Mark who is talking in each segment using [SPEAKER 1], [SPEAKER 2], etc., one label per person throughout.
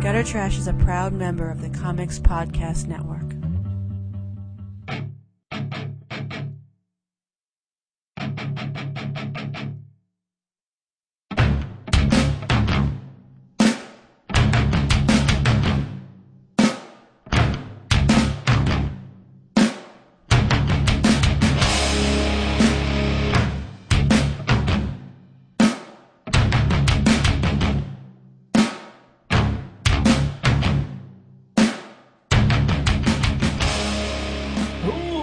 [SPEAKER 1] Gutter Trash is a proud member of the Comics Podcast Network.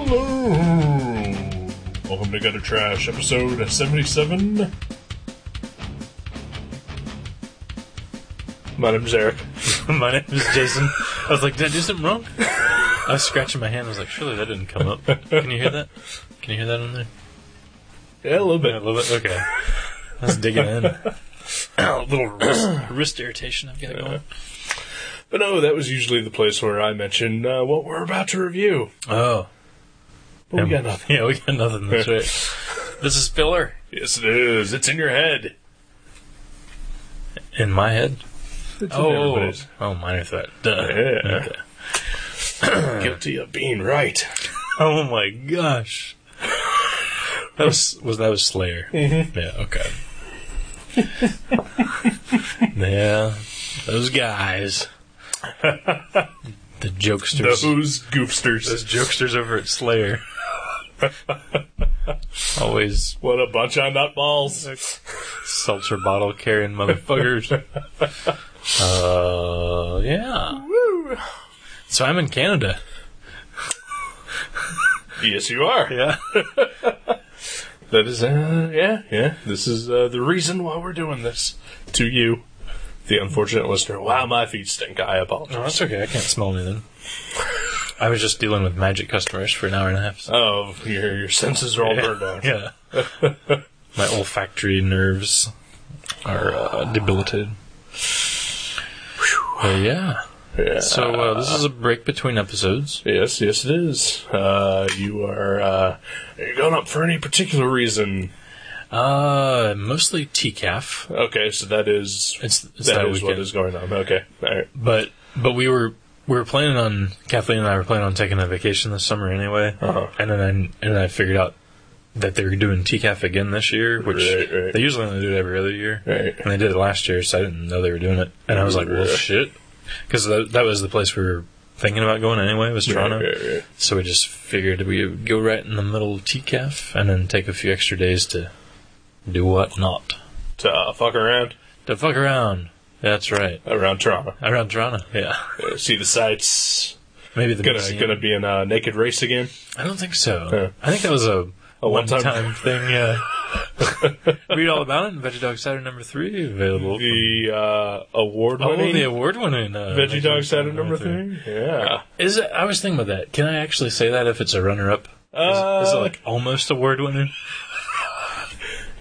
[SPEAKER 2] Hello! Welcome to Gutter Trash, episode 77.
[SPEAKER 3] My name's Eric. my name is Jason. I was like, did I do something wrong? I was scratching my hand. I was like, surely that didn't come up. Can you hear that? Can you hear that on there?
[SPEAKER 2] Yeah, a little
[SPEAKER 3] A
[SPEAKER 2] bit.
[SPEAKER 3] little bit. Okay. I was digging in.
[SPEAKER 2] A little risk.
[SPEAKER 3] Wrist irritation I've got going.
[SPEAKER 2] But no, that was usually the place where I mention uh, what we're about to review.
[SPEAKER 3] Oh.
[SPEAKER 2] But we got nothing.
[SPEAKER 3] Yeah, we got nothing. That's right. This is filler.
[SPEAKER 2] Yes, it is. It's in your head.
[SPEAKER 3] In my head.
[SPEAKER 2] It's in
[SPEAKER 3] Oh.
[SPEAKER 2] everybody's.
[SPEAKER 3] Oh, minor threat. Duh.
[SPEAKER 2] Yeah.
[SPEAKER 3] Okay.
[SPEAKER 2] Guilty of being right.
[SPEAKER 3] Oh my gosh. That was was that was Slayer. Yeah, okay. yeah. Those guys. the jokesters.
[SPEAKER 2] Those goofsters.
[SPEAKER 3] Those jokesters over at Slayer. Always
[SPEAKER 2] What a bunch of nutballs.
[SPEAKER 3] seltzer bottle carrying motherfuckers. uh, yeah.
[SPEAKER 2] Woo!
[SPEAKER 3] So I'm in Canada.
[SPEAKER 2] Yes, you are.
[SPEAKER 3] Yeah.
[SPEAKER 2] That is, uh, yeah, yeah. This is uh, the reason why we're doing this to you, the unfortunate listener. Wow, my feet stink. I apologize.
[SPEAKER 3] No, Oh, that's okay. I can't smell anything. I was just dealing with magic customers for an hour and a half. so-
[SPEAKER 2] Oh, your, your senses are all burned out.
[SPEAKER 3] Yeah. My olfactory nerves are uh, debilitated. Uh, yeah.
[SPEAKER 2] Yeah.
[SPEAKER 3] So uh, this is a break between episodes.
[SPEAKER 2] yes, yes, it is. Uh, you are uh, are you going up for any particular reason?
[SPEAKER 3] Uh, mostly TCAF.
[SPEAKER 2] Okay, so that is
[SPEAKER 3] It's, it's
[SPEAKER 2] that
[SPEAKER 3] that,
[SPEAKER 2] is
[SPEAKER 3] weekend.
[SPEAKER 2] what is going on. Okay, all right.
[SPEAKER 3] But but we were we were planning on Kathleen and I were planning on taking a vacation this summer anyway.
[SPEAKER 2] Uh-huh.
[SPEAKER 3] And then I, and then I figured out that they were doing TCAF again this year, which
[SPEAKER 2] Right, right.
[SPEAKER 3] they usually only do it every other year.
[SPEAKER 2] Right.
[SPEAKER 3] And they did it last year, so I didn't know they were doing it. And I was like, well,
[SPEAKER 2] Yeah.
[SPEAKER 3] shit. Because that, that was the place we were thinking about going anyway, was Toronto.
[SPEAKER 2] Right, right, right.
[SPEAKER 3] So we just figured we would go right in the middle of TCAF and then take a few extra days to do what not.
[SPEAKER 2] To uh, fuck around
[SPEAKER 3] To fuck around. That's right.
[SPEAKER 2] around Toronto,
[SPEAKER 3] Around Toronto, yeah.
[SPEAKER 2] Uh, see the sights.
[SPEAKER 3] Maybe the
[SPEAKER 2] Gonna
[SPEAKER 3] museum.
[SPEAKER 2] gonna be in a naked race again.
[SPEAKER 3] I don't think so.
[SPEAKER 2] Yeah.
[SPEAKER 3] I think that was a,
[SPEAKER 2] A one-time-
[SPEAKER 3] one-time thing. Yeah. Read all about it in Veggie Dog Saturday number three available.
[SPEAKER 2] The uh, award
[SPEAKER 3] Oh, the
[SPEAKER 2] winning
[SPEAKER 3] award winning uh,
[SPEAKER 2] Veggie Dog Saturday number three. Yeah.
[SPEAKER 3] Is it? I was thinking about that. Can I actually say that if it's a runner up? is, is it
[SPEAKER 2] Uh,
[SPEAKER 3] like almost award winning?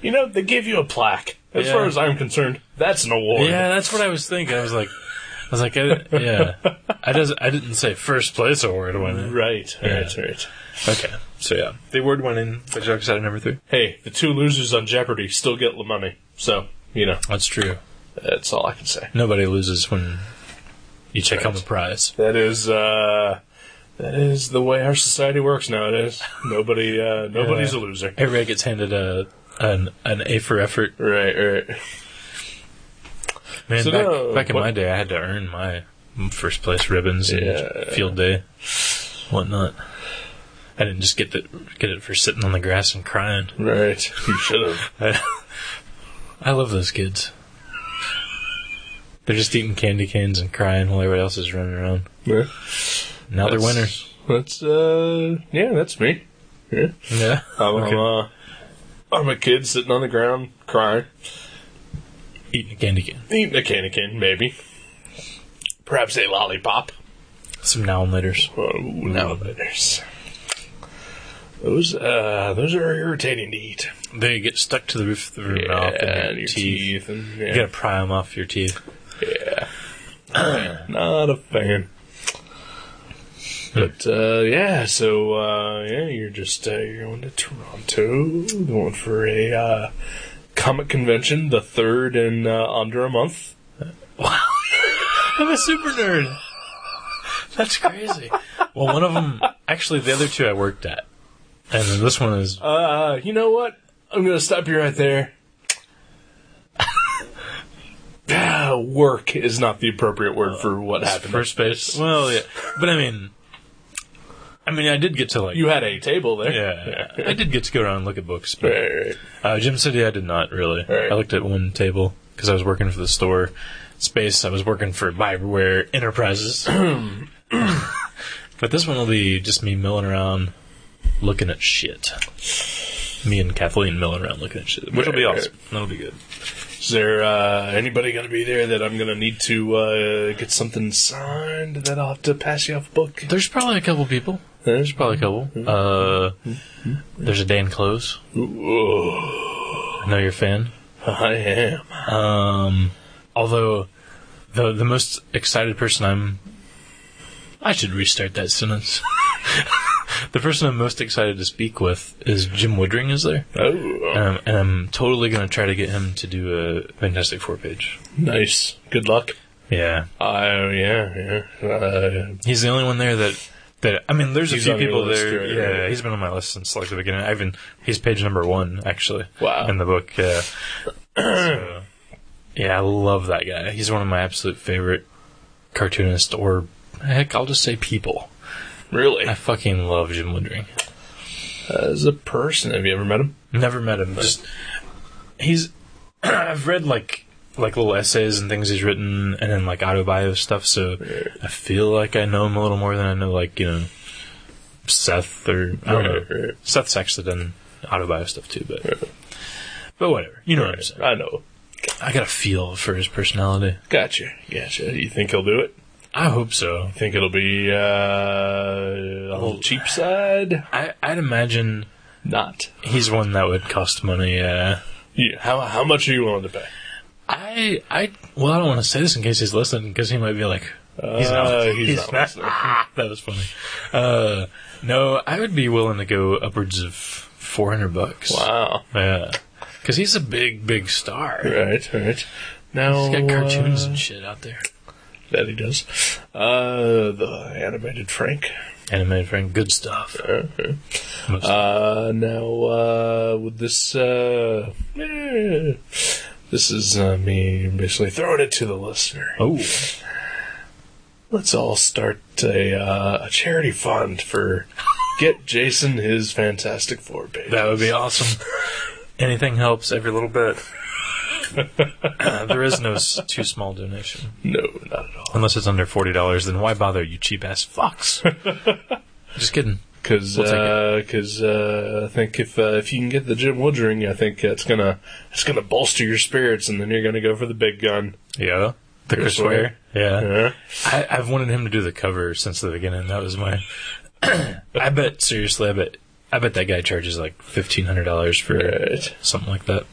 [SPEAKER 2] You know they gave you a plaque. As
[SPEAKER 3] Yeah.
[SPEAKER 2] far as I'm concerned, that's an award.
[SPEAKER 3] Yeah, that's what I was thinking. I was like, I was like, I, yeah. I does I didn't say first place award winning.
[SPEAKER 2] Right. Right. Right.
[SPEAKER 3] Okay, so yeah, the award winning Veggie Dog Saturday number three.
[SPEAKER 2] hey, the two losers on Jeopardy still get the money. So, you know,
[SPEAKER 3] That's true.
[SPEAKER 2] that's all I can say.
[SPEAKER 3] Nobody loses when you take home a
[SPEAKER 2] Right.
[SPEAKER 3] prize.
[SPEAKER 2] That is, uh, that is the way our society works nowadays. Nobody, uh, nobody's a loser.
[SPEAKER 3] Everybody gets handed a an an A for effort.
[SPEAKER 2] Right, right.
[SPEAKER 3] Man,
[SPEAKER 2] So
[SPEAKER 3] back,
[SPEAKER 2] no,
[SPEAKER 3] back in
[SPEAKER 2] what-
[SPEAKER 3] my day, I had to earn my first place ribbons and
[SPEAKER 2] Yeah.
[SPEAKER 3] field day, whatnot. I didn't just get the, get it for sitting on the grass and crying.
[SPEAKER 2] Right. You should have.
[SPEAKER 3] I, I love those kids. They're just eating candy canes and crying while everybody else is running around.
[SPEAKER 2] Yeah.
[SPEAKER 3] Now
[SPEAKER 2] That's-
[SPEAKER 3] they're winners.
[SPEAKER 2] That's, uh, yeah, that's me. Yeah.
[SPEAKER 3] Yeah.
[SPEAKER 2] I'm,
[SPEAKER 3] Okay.
[SPEAKER 2] I'm, uh, I'm a kid sitting on the ground crying,
[SPEAKER 3] Eating a candy cane.
[SPEAKER 2] eating a candy cane, maybe. Perhaps a lollipop.
[SPEAKER 3] Some now and laters.
[SPEAKER 2] Oh, no, there's those. Uh, those are irritating to eat.
[SPEAKER 3] They get stuck to the roof of the room mouth and your teeth.
[SPEAKER 2] and
[SPEAKER 3] You gotta pry them off your teeth.
[SPEAKER 2] not a fan. But uh, yeah, so uh, yeah, you're just uh, you're going to Toronto, going for a uh, comic convention, the third in uh, under a month.
[SPEAKER 3] Wow. I'm a super nerd. That's crazy. well, one of them, actually, the other two I worked at, and then this one is
[SPEAKER 2] Uh, you know what? I'm gonna stop you right there. Ah, work is not the appropriate word for what happened.
[SPEAKER 3] first base. Well, yeah, but I mean, I mean, I did get to like,
[SPEAKER 2] You had a table there.
[SPEAKER 3] yeah, I did get to go around and look at books, but
[SPEAKER 2] Right, right, right.
[SPEAKER 3] Uh, Gym City, I did not really.
[SPEAKER 2] Right.
[SPEAKER 3] I looked at one table because I was working for the store space. I was working for Bioware Enterprises. but this one will be just me milling around looking at shit. Me and Kathleen milling around looking at shit, which will be
[SPEAKER 2] Right,
[SPEAKER 3] awesome. That'll be good.
[SPEAKER 2] Is there uh, anybody going to be there that I'm going to need to uh, get something signed that I'll have to pass you off a book?
[SPEAKER 3] There's probably a couple people.
[SPEAKER 2] There's
[SPEAKER 3] There's probably a
[SPEAKER 2] Mm-hmm.
[SPEAKER 3] couple. Uh, there's a Dan Close.
[SPEAKER 2] Ooh,
[SPEAKER 3] I know you're a fan.
[SPEAKER 2] I am.
[SPEAKER 3] Um, although the the most excited person I'm, I should restart that sentence. the person I'm most excited to speak with is Jim Woodring. Is there?
[SPEAKER 2] Oh,
[SPEAKER 3] Um, and I'm totally going to try to get him to do a Fantastic Four page.
[SPEAKER 2] nice. Good luck.
[SPEAKER 3] Yeah,
[SPEAKER 2] Oh, yeah, yeah. Uh,
[SPEAKER 3] he's the only one there that. That, I mean, there's a
[SPEAKER 2] He's
[SPEAKER 3] few
[SPEAKER 2] on your
[SPEAKER 3] people
[SPEAKER 2] list,
[SPEAKER 3] there.
[SPEAKER 2] right,
[SPEAKER 3] yeah,
[SPEAKER 2] right.
[SPEAKER 3] he's been on my list since like the beginning. I even he's page number one actually.
[SPEAKER 2] Wow.
[SPEAKER 3] In the book, yeah. So, yeah, I love that guy. He's one of my absolute favorite cartoonists, or heck, I'll just say people.
[SPEAKER 2] really?
[SPEAKER 3] I fucking love Jim Woodring.
[SPEAKER 2] As a person, have you ever met him?
[SPEAKER 3] Never met him. Just he's. I've read like like little essays and things he's written, and then like autobio stuff. So I feel like I know him a little more than I know like you know Seth or I don't know.
[SPEAKER 2] Right, right.
[SPEAKER 3] Seth's actually done autobio stuff too, but but whatever. You know what I'm saying.
[SPEAKER 2] I know.
[SPEAKER 3] I got a feel for his personality.
[SPEAKER 2] Gotcha. Gotcha. You think he'll do it?
[SPEAKER 3] I hope so.
[SPEAKER 2] Think it'll be uh, on the cheap side?
[SPEAKER 3] I, I'd imagine
[SPEAKER 2] Not.
[SPEAKER 3] he's one that would cost money. Uh,
[SPEAKER 2] You, how how much are you willing to pay?
[SPEAKER 3] I, I, well, I don't want to say this in case he's listening because he might be like, he's not.
[SPEAKER 2] Uh, he's not listening.
[SPEAKER 3] that was funny. Uh, no, I would be willing to go upwards of 400 bucks.
[SPEAKER 2] Wow.
[SPEAKER 3] Yeah. Because he's a big, big star.
[SPEAKER 2] Right, right. Now
[SPEAKER 3] He's got cartoons
[SPEAKER 2] uh,
[SPEAKER 3] and shit out there.
[SPEAKER 2] That he does. Uh, the animated Frank. Uh-huh.
[SPEAKER 3] Animated friend, good stuff. Most-
[SPEAKER 2] Uh, now, uh, with this, uh, eh, this is uh, me basically throwing it to the listener.
[SPEAKER 3] oh,
[SPEAKER 2] Let's all start a, uh, a charity fund for Get Jason His Fantastic Four page.
[SPEAKER 3] that would be awesome. Anything helps every little bit. Uh, there is no s- too small donation.
[SPEAKER 2] No, not at all.
[SPEAKER 3] Unless it's under $40, then why bother, you cheap ass fucks? Just kidding.
[SPEAKER 2] Because
[SPEAKER 3] We'll take it.
[SPEAKER 2] I think if uh, if you can get the Jim Woods ring, I think it's gonna it's gonna bolster your spirits, and then you're gonna go for the big gun.
[SPEAKER 3] Yeah. The Chris
[SPEAKER 2] Ware.
[SPEAKER 3] Ware. Yeah.
[SPEAKER 2] Yeah.
[SPEAKER 3] I, I've wanted him to do the cover since the beginning. That was my. I bet seriously. I bet. I bet that guy charges like fifteen hundred dollars for
[SPEAKER 2] Right.
[SPEAKER 3] something like that.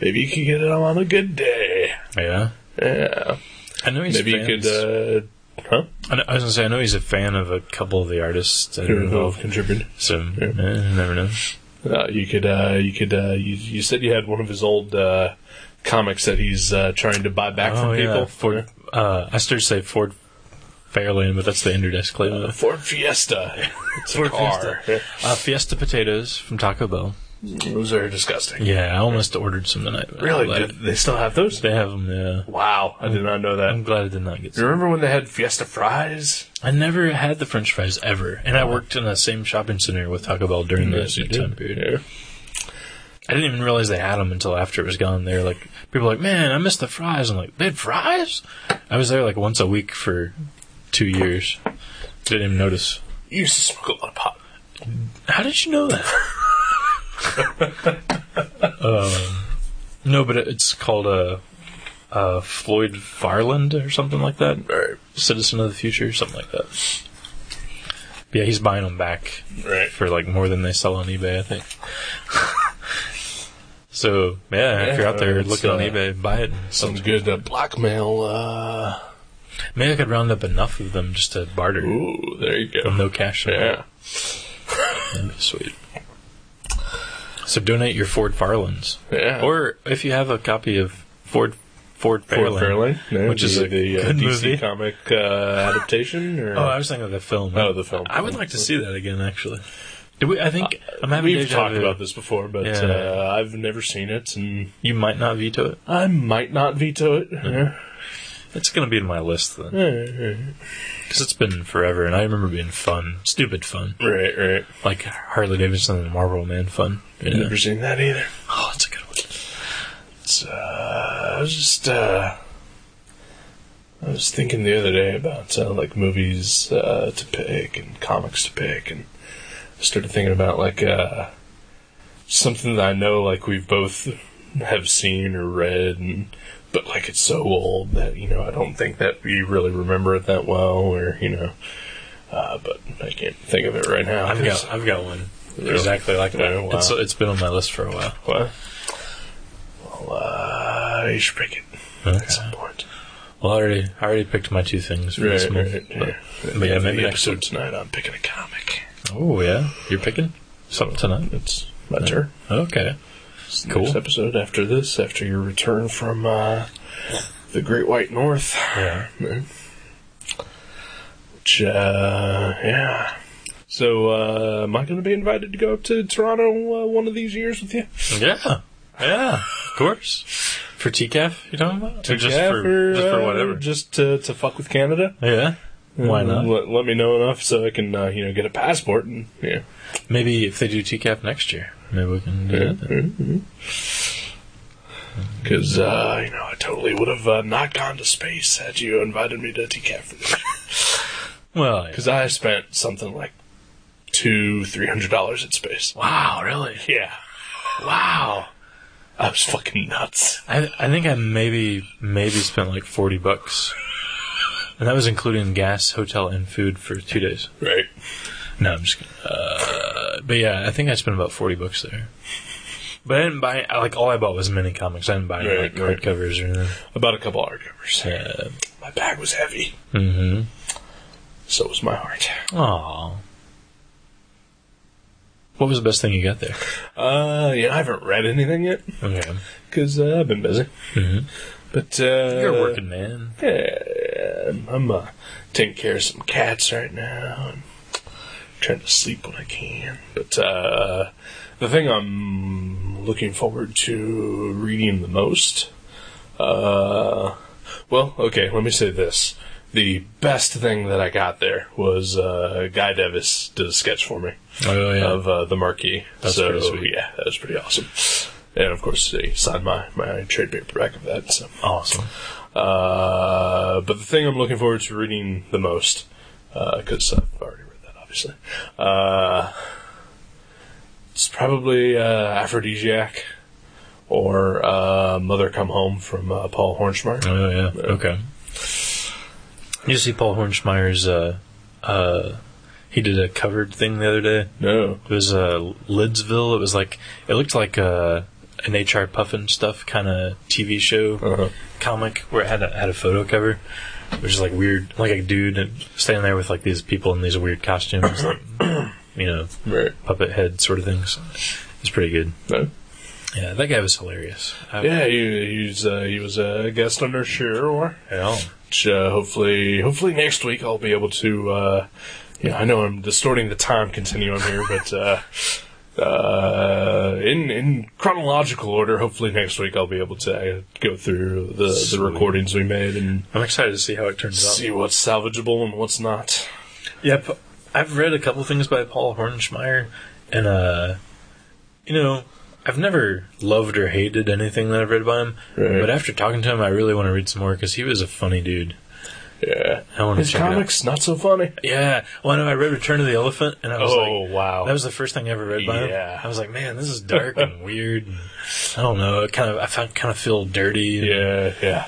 [SPEAKER 2] Maybe you could get it on a good day.
[SPEAKER 3] Yeah.
[SPEAKER 2] Yeah.
[SPEAKER 3] I know he's.
[SPEAKER 2] Maybe you
[SPEAKER 3] fans-
[SPEAKER 2] could. Uh, huh?
[SPEAKER 3] I, know- I was gonna say I know he's a fan of a couple of the artists that
[SPEAKER 2] Who
[SPEAKER 3] are
[SPEAKER 2] involved
[SPEAKER 3] involved.
[SPEAKER 2] contributed?
[SPEAKER 3] So eh, you never know.
[SPEAKER 2] Uh, you could. Uh, you could. Uh, you, you said you had one of his old uh, comics that he's uh, trying to buy back
[SPEAKER 3] oh
[SPEAKER 2] from
[SPEAKER 3] yeah.
[SPEAKER 2] people.
[SPEAKER 3] Ford. Uh, I started to say Ford Fairlane, but that's the Interdesk label.
[SPEAKER 2] Yeah. Ford Fiesta. It's a
[SPEAKER 3] Ford
[SPEAKER 2] car.
[SPEAKER 3] Uh, Fiesta potatoes from Taco Bell.
[SPEAKER 2] Yeah. Those are disgusting.
[SPEAKER 3] Yeah, I almost ordered some tonight. but I'm
[SPEAKER 2] Really?
[SPEAKER 3] glad-
[SPEAKER 2] Did they still have those?
[SPEAKER 3] They have them. Yeah.
[SPEAKER 2] Wow, I did not know that.
[SPEAKER 3] I'm glad I did not get.
[SPEAKER 2] Do you remember when they had Fiesta fries?
[SPEAKER 3] I never had the French fries ever, and I worked in the same shopping center with Taco Bell during
[SPEAKER 2] Yes, you
[SPEAKER 3] that time
[SPEAKER 2] did.
[SPEAKER 3] period.
[SPEAKER 2] Yeah.
[SPEAKER 3] I didn't even realize they had them until after it was gone. They were like, people were like, man, I missed the fries. I'm like, they had fries? I was there like once a week for two years. Didn't even notice.
[SPEAKER 2] You used to smoke a lot of pot.
[SPEAKER 3] How did you know that? Um, no, but it- it's called uh, uh, Floyd Farland or something like that.
[SPEAKER 2] Right,
[SPEAKER 3] Citizen of the Future, something like that. But yeah, he's buying them back.
[SPEAKER 2] right.
[SPEAKER 3] for like more than they sell on eBay, I think. so yeah, if you're out
[SPEAKER 2] Yeah,
[SPEAKER 3] there
[SPEAKER 2] it's,
[SPEAKER 3] looking on
[SPEAKER 2] uh,
[SPEAKER 3] eBay, buy it.
[SPEAKER 2] Some good uh, blackmail. Uh...
[SPEAKER 3] Maybe I could round up enough of them just to barter.
[SPEAKER 2] Ooh, there you go.
[SPEAKER 3] No cash. in it.
[SPEAKER 2] Yeah.
[SPEAKER 3] That'd be sweet. So donate your Ford Farlands,
[SPEAKER 2] Yeah.
[SPEAKER 3] or if you have a copy of Ford Ford Fairlane,
[SPEAKER 2] Ford Fairlane, yeah,
[SPEAKER 3] which is
[SPEAKER 2] the,
[SPEAKER 3] a
[SPEAKER 2] the, uh,
[SPEAKER 3] good
[SPEAKER 2] DC
[SPEAKER 3] movie.
[SPEAKER 2] comic uh, adaptation. Or,
[SPEAKER 3] Oh, I was thinking of the film.
[SPEAKER 2] Oh, the film.
[SPEAKER 3] I would like to see that again, actually. Uh, Do we? I think I'm having
[SPEAKER 2] We've
[SPEAKER 3] deja
[SPEAKER 2] talked
[SPEAKER 3] vu.
[SPEAKER 2] about this before, but
[SPEAKER 3] Yeah.
[SPEAKER 2] uh, I've never seen it, and
[SPEAKER 3] You might not veto it.
[SPEAKER 2] I might not veto it.
[SPEAKER 3] It's going to be in my list then,
[SPEAKER 2] Yeah.
[SPEAKER 3] because it's been forever, and I remember being fun, stupid fun,
[SPEAKER 2] Right, right.
[SPEAKER 3] like Harley Davidson and Marlboro Man fun. you know?
[SPEAKER 2] Never seen that either.
[SPEAKER 3] Oh, it's a good one.
[SPEAKER 2] It's, uh, I was just, uh, I was thinking the other day about, uh, like, movies, uh, to pick and comics to pick, and I started thinking about, like, uh, something that I know, like, we've both have seen or read, and, but, like, it's so old that, you know, I don't think that we really remember it that well, or, you know, uh, but I can't think of it right now.
[SPEAKER 3] I've
[SPEAKER 2] 'cause-
[SPEAKER 3] got I've got one
[SPEAKER 2] Really?
[SPEAKER 3] exactly like that.
[SPEAKER 2] Oh, wow.
[SPEAKER 3] It's it's been on my list for a while.
[SPEAKER 2] What? Well, uh, you should pick it
[SPEAKER 3] Okay.
[SPEAKER 2] at some point.
[SPEAKER 3] Well, I already I already picked my two things for this month. But, but yeah, maybe
[SPEAKER 2] the
[SPEAKER 3] next
[SPEAKER 2] episode tonight I'm picking a comic.
[SPEAKER 3] Oh yeah, you're picking something tonight.
[SPEAKER 2] It's my turn.
[SPEAKER 3] Okay.
[SPEAKER 2] It's the
[SPEAKER 3] Cool.
[SPEAKER 2] Next episode after this, after your return from uh, the Great White North.
[SPEAKER 3] Yeah.
[SPEAKER 2] Which, uh, yeah. So, uh, am I going to be invited to go up to Toronto uh, one of these years with you?
[SPEAKER 3] Yeah. Yeah. Of course. For TCAF, you talking about? Or just
[SPEAKER 2] Yeah,
[SPEAKER 3] for, just for
[SPEAKER 2] uh,
[SPEAKER 3] whatever. Mm.
[SPEAKER 2] Just to, to fuck with Canada?
[SPEAKER 3] yeah. Why
[SPEAKER 2] Um,
[SPEAKER 3] not?
[SPEAKER 2] Let, let me know enough so I can, uh, you know, get a passport and yeah.
[SPEAKER 3] Maybe if they do TCAF next year, maybe we can do that. then.
[SPEAKER 2] Because Mm-hmm. uh, you know, I totally would have uh, not gone to space had you invited me to TCAF for this.
[SPEAKER 3] Well, yeah.
[SPEAKER 2] Because I spent something like two, three hundred dollars at space.
[SPEAKER 3] wow, really?
[SPEAKER 2] Yeah,
[SPEAKER 3] Wow.
[SPEAKER 2] I was fucking nuts.
[SPEAKER 3] I I think I maybe maybe spent like forty bucks, and that was including gas, hotel, and food for two days.
[SPEAKER 2] Right.
[SPEAKER 3] No, I'm just kidding. Uh, but yeah, I think I spent about forty bucks there. But I didn't buy I- like all I bought was mini comics. I didn't buy any
[SPEAKER 2] Right,
[SPEAKER 3] like
[SPEAKER 2] right.
[SPEAKER 3] hardcovers or anything.
[SPEAKER 2] About a couple hard covers.
[SPEAKER 3] Yeah.
[SPEAKER 2] My bag was heavy.
[SPEAKER 3] Mm-hmm.
[SPEAKER 2] So was my heart.
[SPEAKER 3] Aw. What was the best thing you got there?
[SPEAKER 2] Uh, yeah, I haven't read anything yet
[SPEAKER 3] Okay.
[SPEAKER 2] because uh, I've been busy.
[SPEAKER 3] Mhm.
[SPEAKER 2] But uh,
[SPEAKER 3] You're a working man.
[SPEAKER 2] Yeah, I'm uh, taking care of some cats right now. and trying to sleep when I can. But uh, the thing I'm looking forward to reading the most. Uh, well, okay, let me say this. The best thing that I got there was uh, Guy Devis did a sketch for me
[SPEAKER 3] Oh yeah.
[SPEAKER 2] of uh, the Marquee.
[SPEAKER 3] That's
[SPEAKER 2] so,
[SPEAKER 3] pretty sweet.
[SPEAKER 2] yeah, that was pretty awesome. And of course, they signed my, my trade paperback of that. So.
[SPEAKER 3] awesome.
[SPEAKER 2] Uh, but the thing I'm looking forward to reading the most, because I've already read that, obviously, uh, it's probably uh, Aphrodisiac or uh, Mother Come Home from uh, Paul Hornschmidt.
[SPEAKER 3] Oh yeah. Okay. You see Paul Hornschmeyer's uh uh he did a covered thing the other day.
[SPEAKER 2] No.
[SPEAKER 3] It was uh, Lidsville. It was like it looked like uh, an HR Puffin stuff kind of TV show
[SPEAKER 2] Uh-huh.
[SPEAKER 3] comic where it had a, had a photo cover, which is like weird, like a dude standing there with like these people in these weird costumes, like, you know,
[SPEAKER 2] Right.
[SPEAKER 3] puppet head sort of things. It's pretty good.
[SPEAKER 2] No.
[SPEAKER 3] Yeah, that guy was hilarious. I-
[SPEAKER 2] Yeah, he, he's, uh, he was a guest on our show.
[SPEAKER 3] Hell.
[SPEAKER 2] which uh, hopefully hopefully next week I'll be able to. Uh, yeah, I know I'm distorting the time continuum here, but uh, uh, in in chronological order, hopefully next week I'll be able to uh, go through the, the
[SPEAKER 3] Sweet.
[SPEAKER 2] recordings we made and
[SPEAKER 3] I'm excited to see how it turns out.
[SPEAKER 2] see what's salvageable and what's not.
[SPEAKER 3] Yeah, Pa- I've read a couple things by Paul Hornschmeyer, and uh, you know, I've never loved or hated anything that I've read by him.
[SPEAKER 2] Right.
[SPEAKER 3] But after talking to him, I really want to read some more because he was a funny dude.
[SPEAKER 2] Yeah,
[SPEAKER 3] I want to
[SPEAKER 2] his
[SPEAKER 3] check
[SPEAKER 2] comics not so funny.
[SPEAKER 3] It out. Yeah, well, I know I read Return of the Elephant, and I was like,
[SPEAKER 2] Oh, wow,
[SPEAKER 3] that was the first thing I ever read by him.
[SPEAKER 2] Yeah.
[SPEAKER 3] I was like, man, this is dark and weird. And I don't know. It kind of, I found, kind of feel dirty. and-
[SPEAKER 2] yeah, yeah.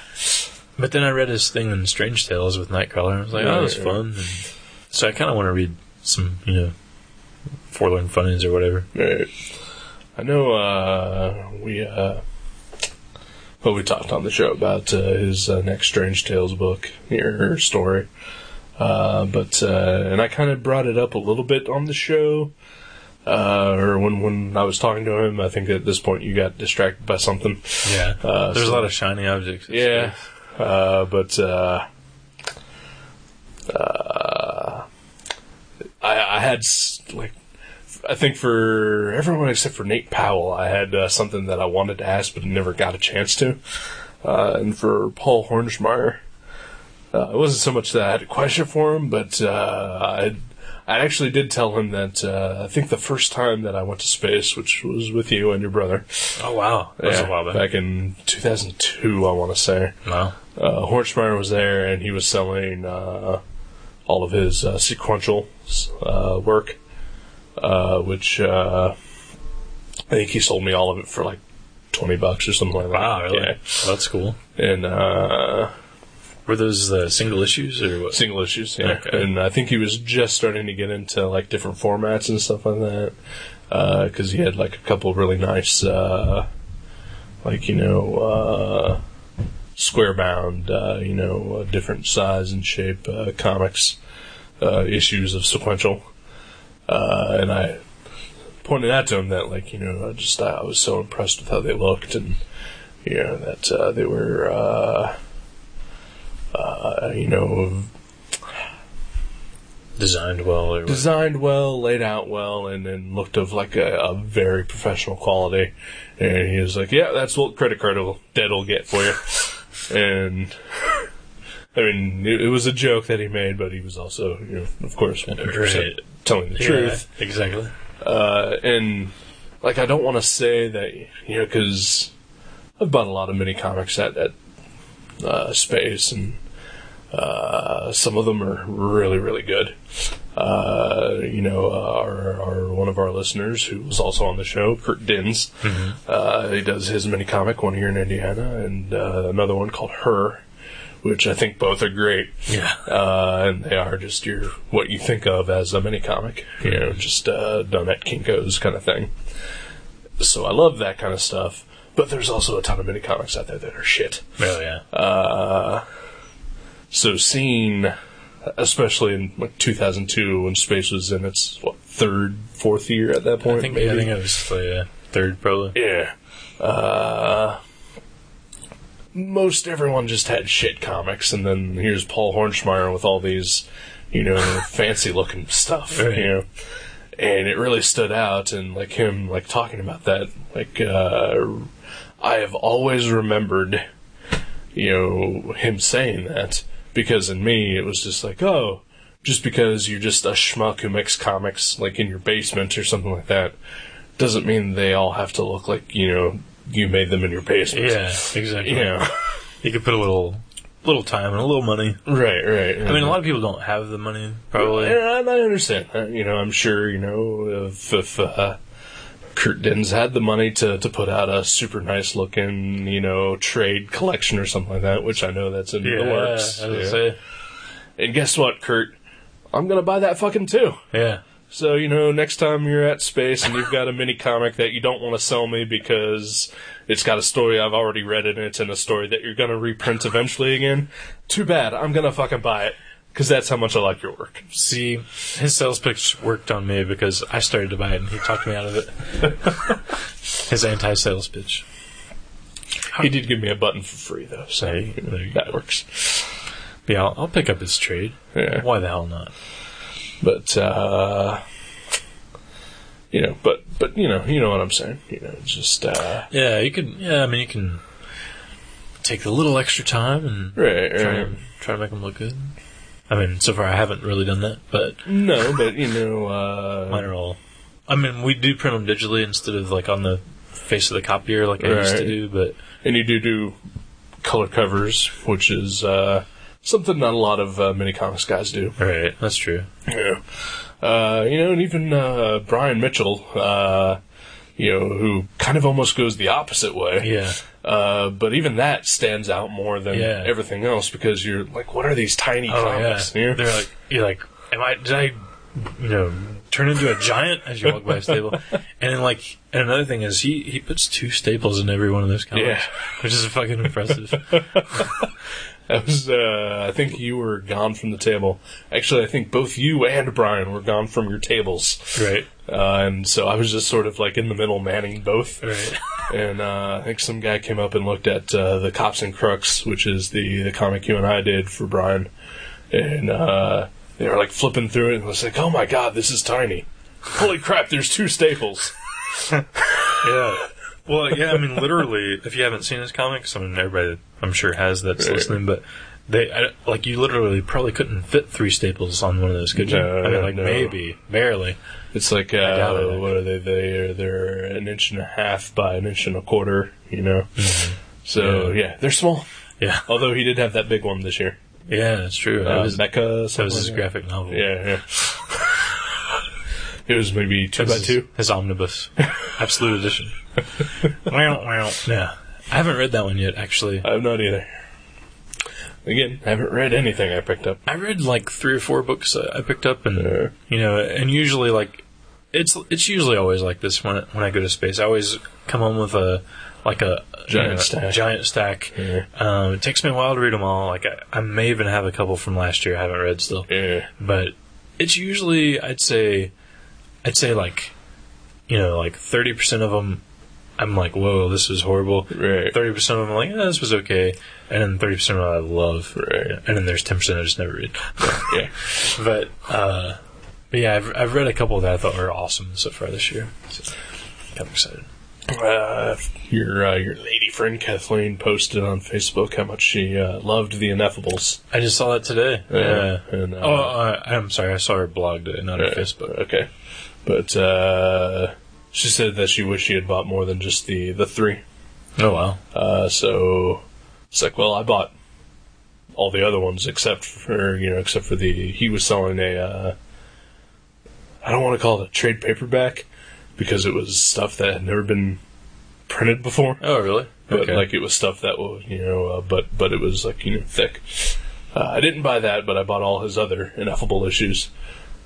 [SPEAKER 3] But then I read his thing in Strange Tales with Nightcrawler, and I was like, oh, that was
[SPEAKER 2] Yeah.
[SPEAKER 3] fun. And so I kind of want to read some, you know, Forlorn Funnies or whatever.
[SPEAKER 2] Right. Uh, I know uh, we uh, well we talked on the show about uh, his uh, next Strange Tales book or story, uh, but uh, and I kind of brought it up a little bit on the show, uh, or when when I was talking to him, I think at this point you got distracted by something.
[SPEAKER 3] Yeah.
[SPEAKER 2] Uh,
[SPEAKER 3] There's
[SPEAKER 2] so-
[SPEAKER 3] a lot of shiny objects. It's
[SPEAKER 2] Yeah,
[SPEAKER 3] great.
[SPEAKER 2] uh, but uh, uh, I, I had s- like I think for everyone except for Nate Powell, I had uh, something that I wanted to ask but never got a chance to, uh, and for Paul Hornschmeyer, uh, it wasn't so much that I had a question for him, but uh, I. I actually did tell him that uh, I think the first time that I went to space, which was with you and your brother,
[SPEAKER 3] Oh, wow. That was a
[SPEAKER 2] Yeah,
[SPEAKER 3] while back.
[SPEAKER 2] back in 2002, I want to say
[SPEAKER 3] Wow.
[SPEAKER 2] uh, Horchmeyer was there and he was selling uh, all of his uh, sequential uh, work, uh, which uh, I think he sold me all of it for like 20 bucks or something like that.
[SPEAKER 3] Wow, really?
[SPEAKER 2] Yeah.
[SPEAKER 3] That's cool.
[SPEAKER 2] And uh,
[SPEAKER 3] Were those uh, single issues or what?
[SPEAKER 2] single issues, yeah.
[SPEAKER 3] Okay.
[SPEAKER 2] And I think he was just starting to get into like different formats and stuff like that because he had like a couple really nice, uh, like you know, uh, square bound, uh, you know, uh, different size and shape uh, comics uh, issues of sequential, uh, and I pointed out to him that like you know I just I was so impressed with how they looked and you know that uh, they were. Uh, uh, you know,
[SPEAKER 3] Designed well or what?
[SPEAKER 2] designed well, laid out well, and then looked of like a, a very professional quality. And he was like, "Yeah, that's what credit card will dead will get for you." and I mean, it, it was a joke that he made, but he was also, you know, of course, 100%
[SPEAKER 3] Right.
[SPEAKER 2] telling the
[SPEAKER 3] Yeah,
[SPEAKER 2] truth.
[SPEAKER 3] Exactly.
[SPEAKER 2] Uh, and like, I don't want to say that you know because I've bought a lot of mini comics at at uh, Space, and uh, some of them are really really good. Uh, you know, uh, our, our one of our listeners who was also on the show, Kurt Dins, uh, he does his mini comic one here in Indiana, and uh, another one called Her. Which I think both are great,
[SPEAKER 3] Yeah.
[SPEAKER 2] uh, and they are just your what you think of as a mini comic, you know, just uh, done at Kinkos kind of thing. So I love that kind of stuff. But there's also a ton of mini comics out there that are shit.
[SPEAKER 3] Oh, yeah.
[SPEAKER 2] So seeing, especially in like 2002 when Space was in its what third, fourth year at that point,
[SPEAKER 3] I think,
[SPEAKER 2] maybe.
[SPEAKER 3] I think it was the uh, third, probably.
[SPEAKER 2] Yeah. Uh, most everyone just had shit comics, and then here's Paul Hornschmeyer with all these, you know, fancy looking stuff,
[SPEAKER 3] Right.
[SPEAKER 2] you know. And it really stood out, and like him, like talking about that, like, uh, I have always remembered, you know, him saying that, because in me, it was just like, oh, just because you're just a schmuck who makes comics, like in your basement or something like that, doesn't mean they all have to look like you know you made them in your basement.
[SPEAKER 3] Yeah, exactly.
[SPEAKER 2] you know,
[SPEAKER 3] You could put a little little time and a little money.
[SPEAKER 2] right, right.
[SPEAKER 3] I mean, a lot of people don't have the money, probably.
[SPEAKER 2] And I, and I understand. that. You know, I'm sure. You know, if, if uh, Kurt Dins had the money to to put out a super nice looking you know trade collection or something like that, which I know that's in the works. Yeah.
[SPEAKER 3] I was gonna say.
[SPEAKER 2] And guess what, Kurt? I'm gonna buy that fucking too.
[SPEAKER 3] Yeah.
[SPEAKER 2] So, you know, next time you're at space and you've got a mini comic that you don't want to sell me because it's got a story I've already read in it and a story that you're going to reprint eventually again, too bad. I'm going to fucking buy it because that's how much I like your work.
[SPEAKER 3] See, his sales pitch worked on me because I started to buy it and he talked me out of it. his anti sales pitch.
[SPEAKER 2] He did give me a button for free, though, so
[SPEAKER 3] Hey, there you
[SPEAKER 2] that works.
[SPEAKER 3] Yeah, I'll, I'll pick up his trade.
[SPEAKER 2] Yeah.
[SPEAKER 3] Why the hell not?
[SPEAKER 2] But, uh,. You know, but but you know, you know what I'm saying. You know, it's just uh,
[SPEAKER 3] Yeah, you can. Yeah, I mean, you can take a little extra time and
[SPEAKER 2] right,
[SPEAKER 3] try,
[SPEAKER 2] right.
[SPEAKER 3] and, try to make them look good. I mean, so far I haven't really done that, but
[SPEAKER 2] No, but you know, uh,
[SPEAKER 3] mine are all. I mean, we do print them digitally instead of like on the face of the copier like I used to
[SPEAKER 2] Right.
[SPEAKER 3] do, but
[SPEAKER 2] and you do do color covers, which is uh, something not a lot of uh, mini comics guys do.
[SPEAKER 3] right, that's true.
[SPEAKER 2] Yeah. Uh, you know, and even uh, Brian Mitchell, uh, you know, who kind of almost goes the opposite way.
[SPEAKER 3] Yeah,
[SPEAKER 2] Uh, but even that stands out more than
[SPEAKER 3] Yeah.
[SPEAKER 2] everything else because you're like, what are these tiny
[SPEAKER 3] oh
[SPEAKER 2] comics?
[SPEAKER 3] yeah.
[SPEAKER 2] you know?
[SPEAKER 3] They're like, you're like, am I? Did I, you know, turn into a giant as you walk by a staple? And then like, and another thing is he he puts two staples in every one of those comics,
[SPEAKER 2] Yeah.
[SPEAKER 3] which is fucking impressive.
[SPEAKER 2] I was, uh, I think you were gone from the table. Actually, I think both you and Brian were gone from your tables.
[SPEAKER 3] Right.
[SPEAKER 2] Uh, and so I was just sort of like in the middle, manning both.
[SPEAKER 3] Right.
[SPEAKER 2] And uh, I think some guy came up and looked at uh, the Cops and Crooks, which is the the comic you and I did for Brian. And uh, they were like flipping through it and was like, "Oh my god, this is tiny! Holy crap, there's two staples."
[SPEAKER 3] Yeah. Well, yeah, I mean, literally, if you haven't seen his comics, I mean, everybody, I'm sure, has that's
[SPEAKER 2] Right.
[SPEAKER 3] listening, but they, I, like, you literally probably couldn't fit three staples on one of those, could you?
[SPEAKER 2] No,
[SPEAKER 3] I mean, like,
[SPEAKER 2] no.
[SPEAKER 3] maybe, barely.
[SPEAKER 2] It's like
[SPEAKER 3] doubt
[SPEAKER 2] uh,
[SPEAKER 3] it.
[SPEAKER 2] what are they? They're they're an inch and a half by an inch and a quarter. You know, so
[SPEAKER 3] Mm-hmm. Yeah.
[SPEAKER 2] yeah. they're small.
[SPEAKER 3] Yeah.
[SPEAKER 2] Although he did have that big one this year,
[SPEAKER 3] Yeah, that's true.
[SPEAKER 2] uh,
[SPEAKER 3] that was, that
[SPEAKER 2] Mecca.
[SPEAKER 3] was his
[SPEAKER 2] something like
[SPEAKER 3] graphic novel.
[SPEAKER 2] that. Yeah, yeah. it was maybe two
[SPEAKER 3] That
[SPEAKER 2] by
[SPEAKER 3] was his-
[SPEAKER 2] two.
[SPEAKER 3] His omnibus. Absolute edition. Wow, wow. yeah. I haven't read that one yet, actually.
[SPEAKER 2] I've not either. Again, I haven't read anything I picked up.
[SPEAKER 3] I read like three or four books I I picked up, and
[SPEAKER 2] Yeah.
[SPEAKER 3] you know, and usually like it's it's usually always like this when when I go to space. I always come home with a like a
[SPEAKER 2] Giant
[SPEAKER 3] you know,
[SPEAKER 2] stack.
[SPEAKER 3] giant stack.
[SPEAKER 2] Yeah.
[SPEAKER 3] Um, it takes me a while to read them all. Like I, I may even have a couple from last year I haven't read still,
[SPEAKER 2] Yeah,
[SPEAKER 3] but it's usually I'd say I'd say like you know like thirty percent of them. I'm like, whoa, this was horrible.
[SPEAKER 2] Right.
[SPEAKER 3] Thirty percent of them, I'm like, yeah, this was okay, and then thirty percent of them I love.
[SPEAKER 2] Right.
[SPEAKER 3] And then there's ten percent I just never read.
[SPEAKER 2] yeah.
[SPEAKER 3] But uh, but yeah, I've, I've read a couple that I thought were awesome so far this year. So, I'm excited.
[SPEAKER 2] Uh, your uh, your lady friend Kathleen posted on Facebook how much she uh, loved the Ineffables.
[SPEAKER 3] I just saw that today. Yeah.
[SPEAKER 2] and, uh,
[SPEAKER 3] oh, uh, I'm sorry. I saw her blog today, not
[SPEAKER 2] Uh,
[SPEAKER 3] on Facebook.
[SPEAKER 2] Okay. But uh, she said that she wished she had bought more than just the, the three.
[SPEAKER 3] Oh wow.
[SPEAKER 2] Uh, so it's like, well, I bought all the other ones except for you know except for the he was selling a uh, I don't want to call it a trade paperback because it was stuff that had never been printed before.
[SPEAKER 3] Oh really?
[SPEAKER 2] But like it was stuff that was you know uh, but but it was like you know thick. Uh, I didn't buy that, but I bought all his other ineffable issues.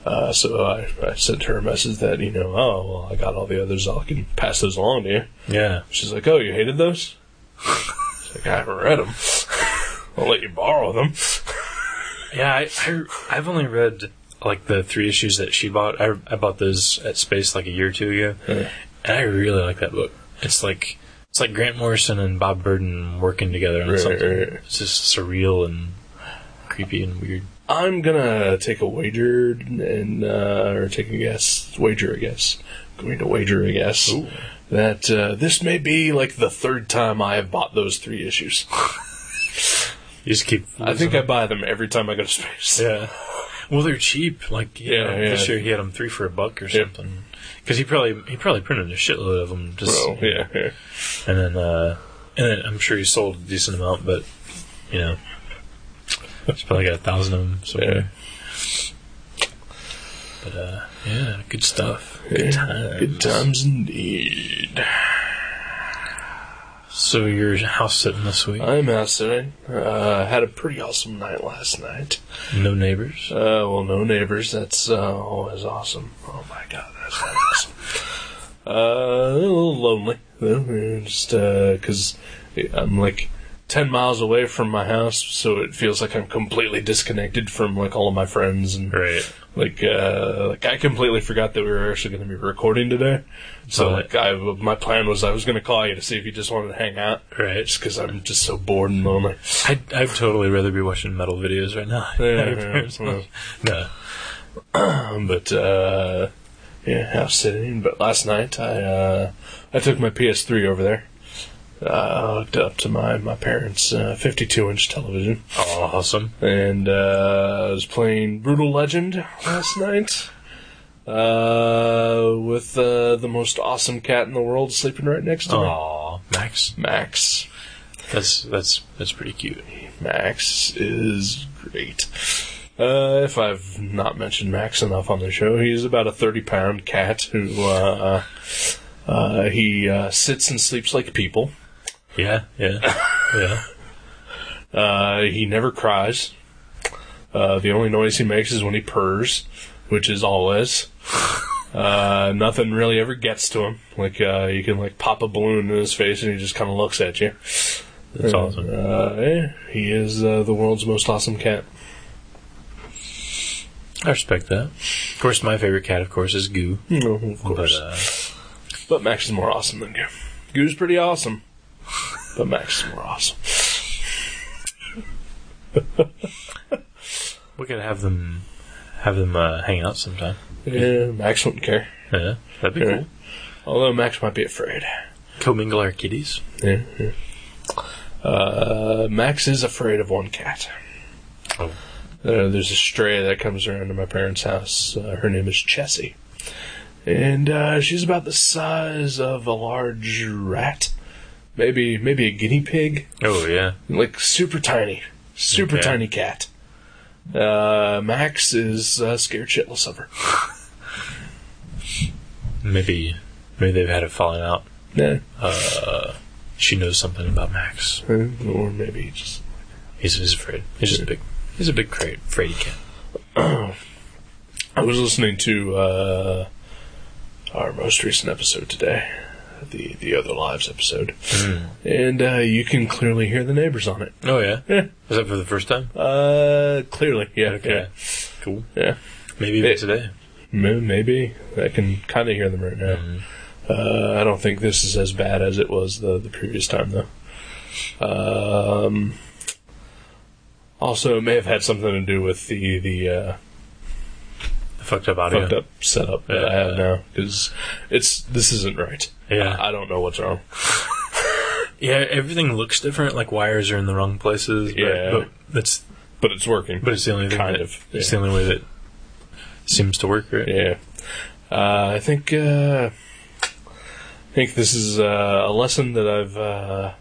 [SPEAKER 2] Uh, so I, I sent her a message that you know oh well I got all the others I can pass those along to you.
[SPEAKER 3] yeah.
[SPEAKER 2] She's like, "Oh, you hated those?" It's like, "I haven't read them. I'll let you borrow them."
[SPEAKER 3] Yeah, I, I I've only read like the three issues that she bought. I I bought those at Space like a year or two ago,
[SPEAKER 2] Yeah.
[SPEAKER 3] and I really like that book. It's like it's like Grant Morrison and Bob Burden working together on
[SPEAKER 2] Right,
[SPEAKER 3] something.
[SPEAKER 2] right, right.
[SPEAKER 3] It's just surreal and creepy and weird.
[SPEAKER 2] I'm gonna take a wager and uh, or take a guess, wager I guess. Going to wager I guess
[SPEAKER 3] Ooh.
[SPEAKER 2] that uh, this may be like the third time I have bought those three issues.
[SPEAKER 3] You just keep.
[SPEAKER 2] I think I buy them every time I go to space.
[SPEAKER 3] Yeah. Well, they're cheap. Like yeah,
[SPEAKER 2] Yeah, yeah.
[SPEAKER 3] this year he had them three for a buck or
[SPEAKER 2] Yep.
[SPEAKER 3] something. Because he probably he probably printed a shitload of them. Just
[SPEAKER 2] Well, yeah, yeah.
[SPEAKER 3] And then uh, and then I'm sure he sold a decent amount, but you know, he's probably got a thousand of them somewhere. But uh, yeah, good stuff. Good times.
[SPEAKER 2] Good times indeed.
[SPEAKER 3] So you're house sitting this week?
[SPEAKER 2] I'm out today. Uh, had a pretty awesome night last night.
[SPEAKER 3] No neighbors?
[SPEAKER 2] Uh, well, no neighbors. That's uh, always awesome. Oh my god, that's awesome. Uh, a little lonely, though, just because I'm like ten miles away from my house, so it feels like I'm completely disconnected from like all of my friends and
[SPEAKER 3] Right.
[SPEAKER 2] like uh, like I completely forgot that we were actually going to be recording today. So
[SPEAKER 3] Right.
[SPEAKER 2] like I, my plan was I was going to call you to see if you just wanted to hang out,
[SPEAKER 3] Right.
[SPEAKER 2] just because I'm just so bored and lonely.
[SPEAKER 3] I'd, I'd totally rather be watching metal videos right now.
[SPEAKER 2] Yeah, yeah,
[SPEAKER 3] no.
[SPEAKER 2] Um, but uh, yeah, house sitting. But last night I uh, I took my PS3 over there. Uh, hooked it up to my my parents' uh, 52 inch television,
[SPEAKER 3] Awesome.
[SPEAKER 2] and uh, I was playing Brutal Legend last night. Uh, with uh, the most awesome cat in the world sleeping right next to
[SPEAKER 3] Oh.
[SPEAKER 2] me,
[SPEAKER 3] Aw, Max.
[SPEAKER 2] Max.
[SPEAKER 3] That's that's that's pretty cute.
[SPEAKER 2] Max is great. Uh, if I've not mentioned Max enough on the show, he's about a 30 pound cat who, uh, uh, he, uh, sits and sleeps like people.
[SPEAKER 3] Yeah, yeah, yeah.
[SPEAKER 2] Uh, he never cries. Uh, the only noise he makes is when he purrs, which is always. Uh, nothing really ever gets to him. Like, uh, you can, like, pop a balloon in his face and he just kind of looks at you.
[SPEAKER 3] It's awesome.
[SPEAKER 2] Uh, yeah, he is uh, the world's most awesome cat.
[SPEAKER 3] I respect that. Of course, my favorite cat, of course, is Goo.
[SPEAKER 2] No, Mm, of course.
[SPEAKER 3] But,
[SPEAKER 2] But,
[SPEAKER 3] uh,
[SPEAKER 2] Max is more awesome than Goo. Goo's pretty awesome, but Max is more awesome.
[SPEAKER 3] we could have them have them uh, hang out sometime.
[SPEAKER 2] Yeah, Max wouldn't care.
[SPEAKER 3] Yeah, that'd be
[SPEAKER 2] Yeah.
[SPEAKER 3] cool.
[SPEAKER 2] Although Max might be afraid.
[SPEAKER 3] Commingle our kitties.
[SPEAKER 2] Yeah, yeah. Uh, Max is afraid of one cat.
[SPEAKER 3] Oh.
[SPEAKER 2] Uh, there's a stray that comes around to my parents' house. Uh, her name is Chessie. And uh, she's about the size of a large rat, maybe maybe a guinea pig.
[SPEAKER 3] Oh yeah.
[SPEAKER 2] like super tiny, super
[SPEAKER 3] Okay.
[SPEAKER 2] tiny cat. Uh, Max is uh, scared shitless of her.
[SPEAKER 3] Maybe maybe they've had a falling out.
[SPEAKER 2] Yeah,
[SPEAKER 3] She knows something about Max.
[SPEAKER 2] uh, or maybe just
[SPEAKER 3] He's, he's afraid. He's just a big. He's a big cra- fraidy cat.
[SPEAKER 2] I was listening to uh, our most recent episode today, the the other lives episode,
[SPEAKER 3] Hmm.
[SPEAKER 2] and uh, you can clearly hear the neighbors on it.
[SPEAKER 3] Oh yeah.
[SPEAKER 2] Yeah.
[SPEAKER 3] Is that for the first time?
[SPEAKER 2] Uh, clearly, yeah,
[SPEAKER 3] Okay. Cool.
[SPEAKER 2] yeah, yeah.
[SPEAKER 3] Maybe even
[SPEAKER 2] It-
[SPEAKER 3] today.
[SPEAKER 2] M- Maybe I can kind of hear them right now.
[SPEAKER 3] Mm-hmm.
[SPEAKER 2] Uh, I don't think this is as bad as it was the the previous time though. Um, also, it may have had something to do with the the uh,
[SPEAKER 3] The fucked up audio.
[SPEAKER 2] fucked up setup that I have now because it's this isn't right.
[SPEAKER 3] Yeah.
[SPEAKER 2] I, I don't know what's wrong.
[SPEAKER 3] Yeah, everything looks different. Like wires are in the wrong places. But,
[SPEAKER 2] Yeah.
[SPEAKER 3] but that's
[SPEAKER 2] But it's working.
[SPEAKER 3] but it's the only thing
[SPEAKER 2] Kind
[SPEAKER 3] that-
[SPEAKER 2] of,
[SPEAKER 3] It's
[SPEAKER 2] yeah.
[SPEAKER 3] the only way that seems to work. Right?
[SPEAKER 2] yeah, uh, I think uh, I think this is uh, a lesson that I've uh,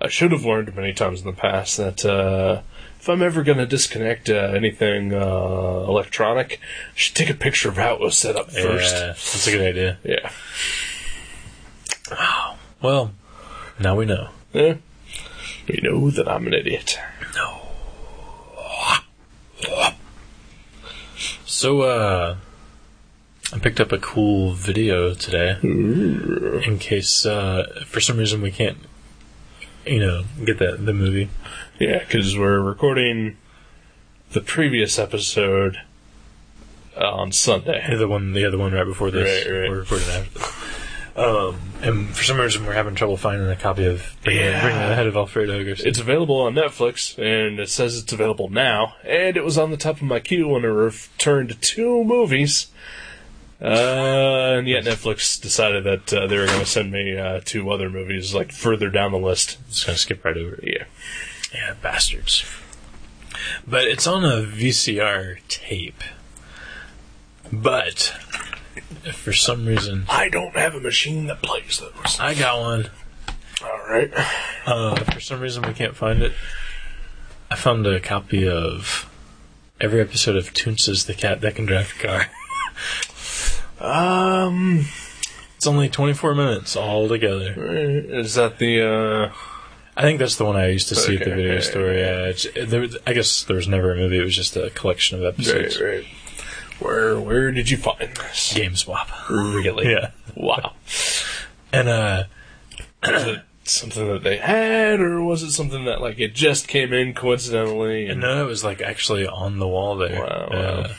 [SPEAKER 2] I should have learned many times in the past that uh, if I'm ever going to disconnect uh, anything uh, electronic, I should take a picture of how it was set up
[SPEAKER 3] Yeah,
[SPEAKER 2] first.
[SPEAKER 3] that's a good idea.
[SPEAKER 2] Yeah,
[SPEAKER 3] Well, now we know.
[SPEAKER 2] yeah. We know that I'm an idiot.
[SPEAKER 3] So, uh, I picked up a cool video today. In case, uh, for some reason we can't, you know, get that, the movie.
[SPEAKER 2] Yeah, because we're recording the previous episode on Sunday.
[SPEAKER 3] The one, the other one right before this.
[SPEAKER 2] Right, right.
[SPEAKER 3] We're recording after this. Um, and for some reason we're having trouble finding a copy of Bringing,
[SPEAKER 2] Yeah.
[SPEAKER 3] Bringing the Head of Alfredo Garcia.
[SPEAKER 2] It's available on Netflix, and it says it's available now. And it was on the top of my queue when I returned two movies. Uh, and yet Netflix decided that uh, they were going to send me uh, two other movies, like further down the list.
[SPEAKER 3] just gonna skip right over it.
[SPEAKER 2] Yeah,
[SPEAKER 3] Yeah, bastards. But it's on a VCR tape. But if for some reason
[SPEAKER 2] I don't have a machine that plays those.
[SPEAKER 3] I got one.
[SPEAKER 2] All right.
[SPEAKER 3] Uh, if for some reason we can't find it. I found a copy of every episode of Toonces the Cat That Can Drive a Car.
[SPEAKER 2] Um,
[SPEAKER 3] It's only 24 minutes all together.
[SPEAKER 2] is that the? Uh,
[SPEAKER 3] I think that's the one I used to see at the
[SPEAKER 2] Okay.
[SPEAKER 3] video store. Yeah, it's, there, was- I guess there was never a movie. It was just a collection of episodes.
[SPEAKER 2] right. Where where did you find this?
[SPEAKER 3] Game swap.
[SPEAKER 2] Really?
[SPEAKER 3] Yeah.
[SPEAKER 2] Wow.
[SPEAKER 3] And uh,
[SPEAKER 2] was it something that they had, or was it something that like it just came in coincidentally? And
[SPEAKER 3] No, it was like actually on the wall there.
[SPEAKER 2] Wow, wow.
[SPEAKER 3] Uh,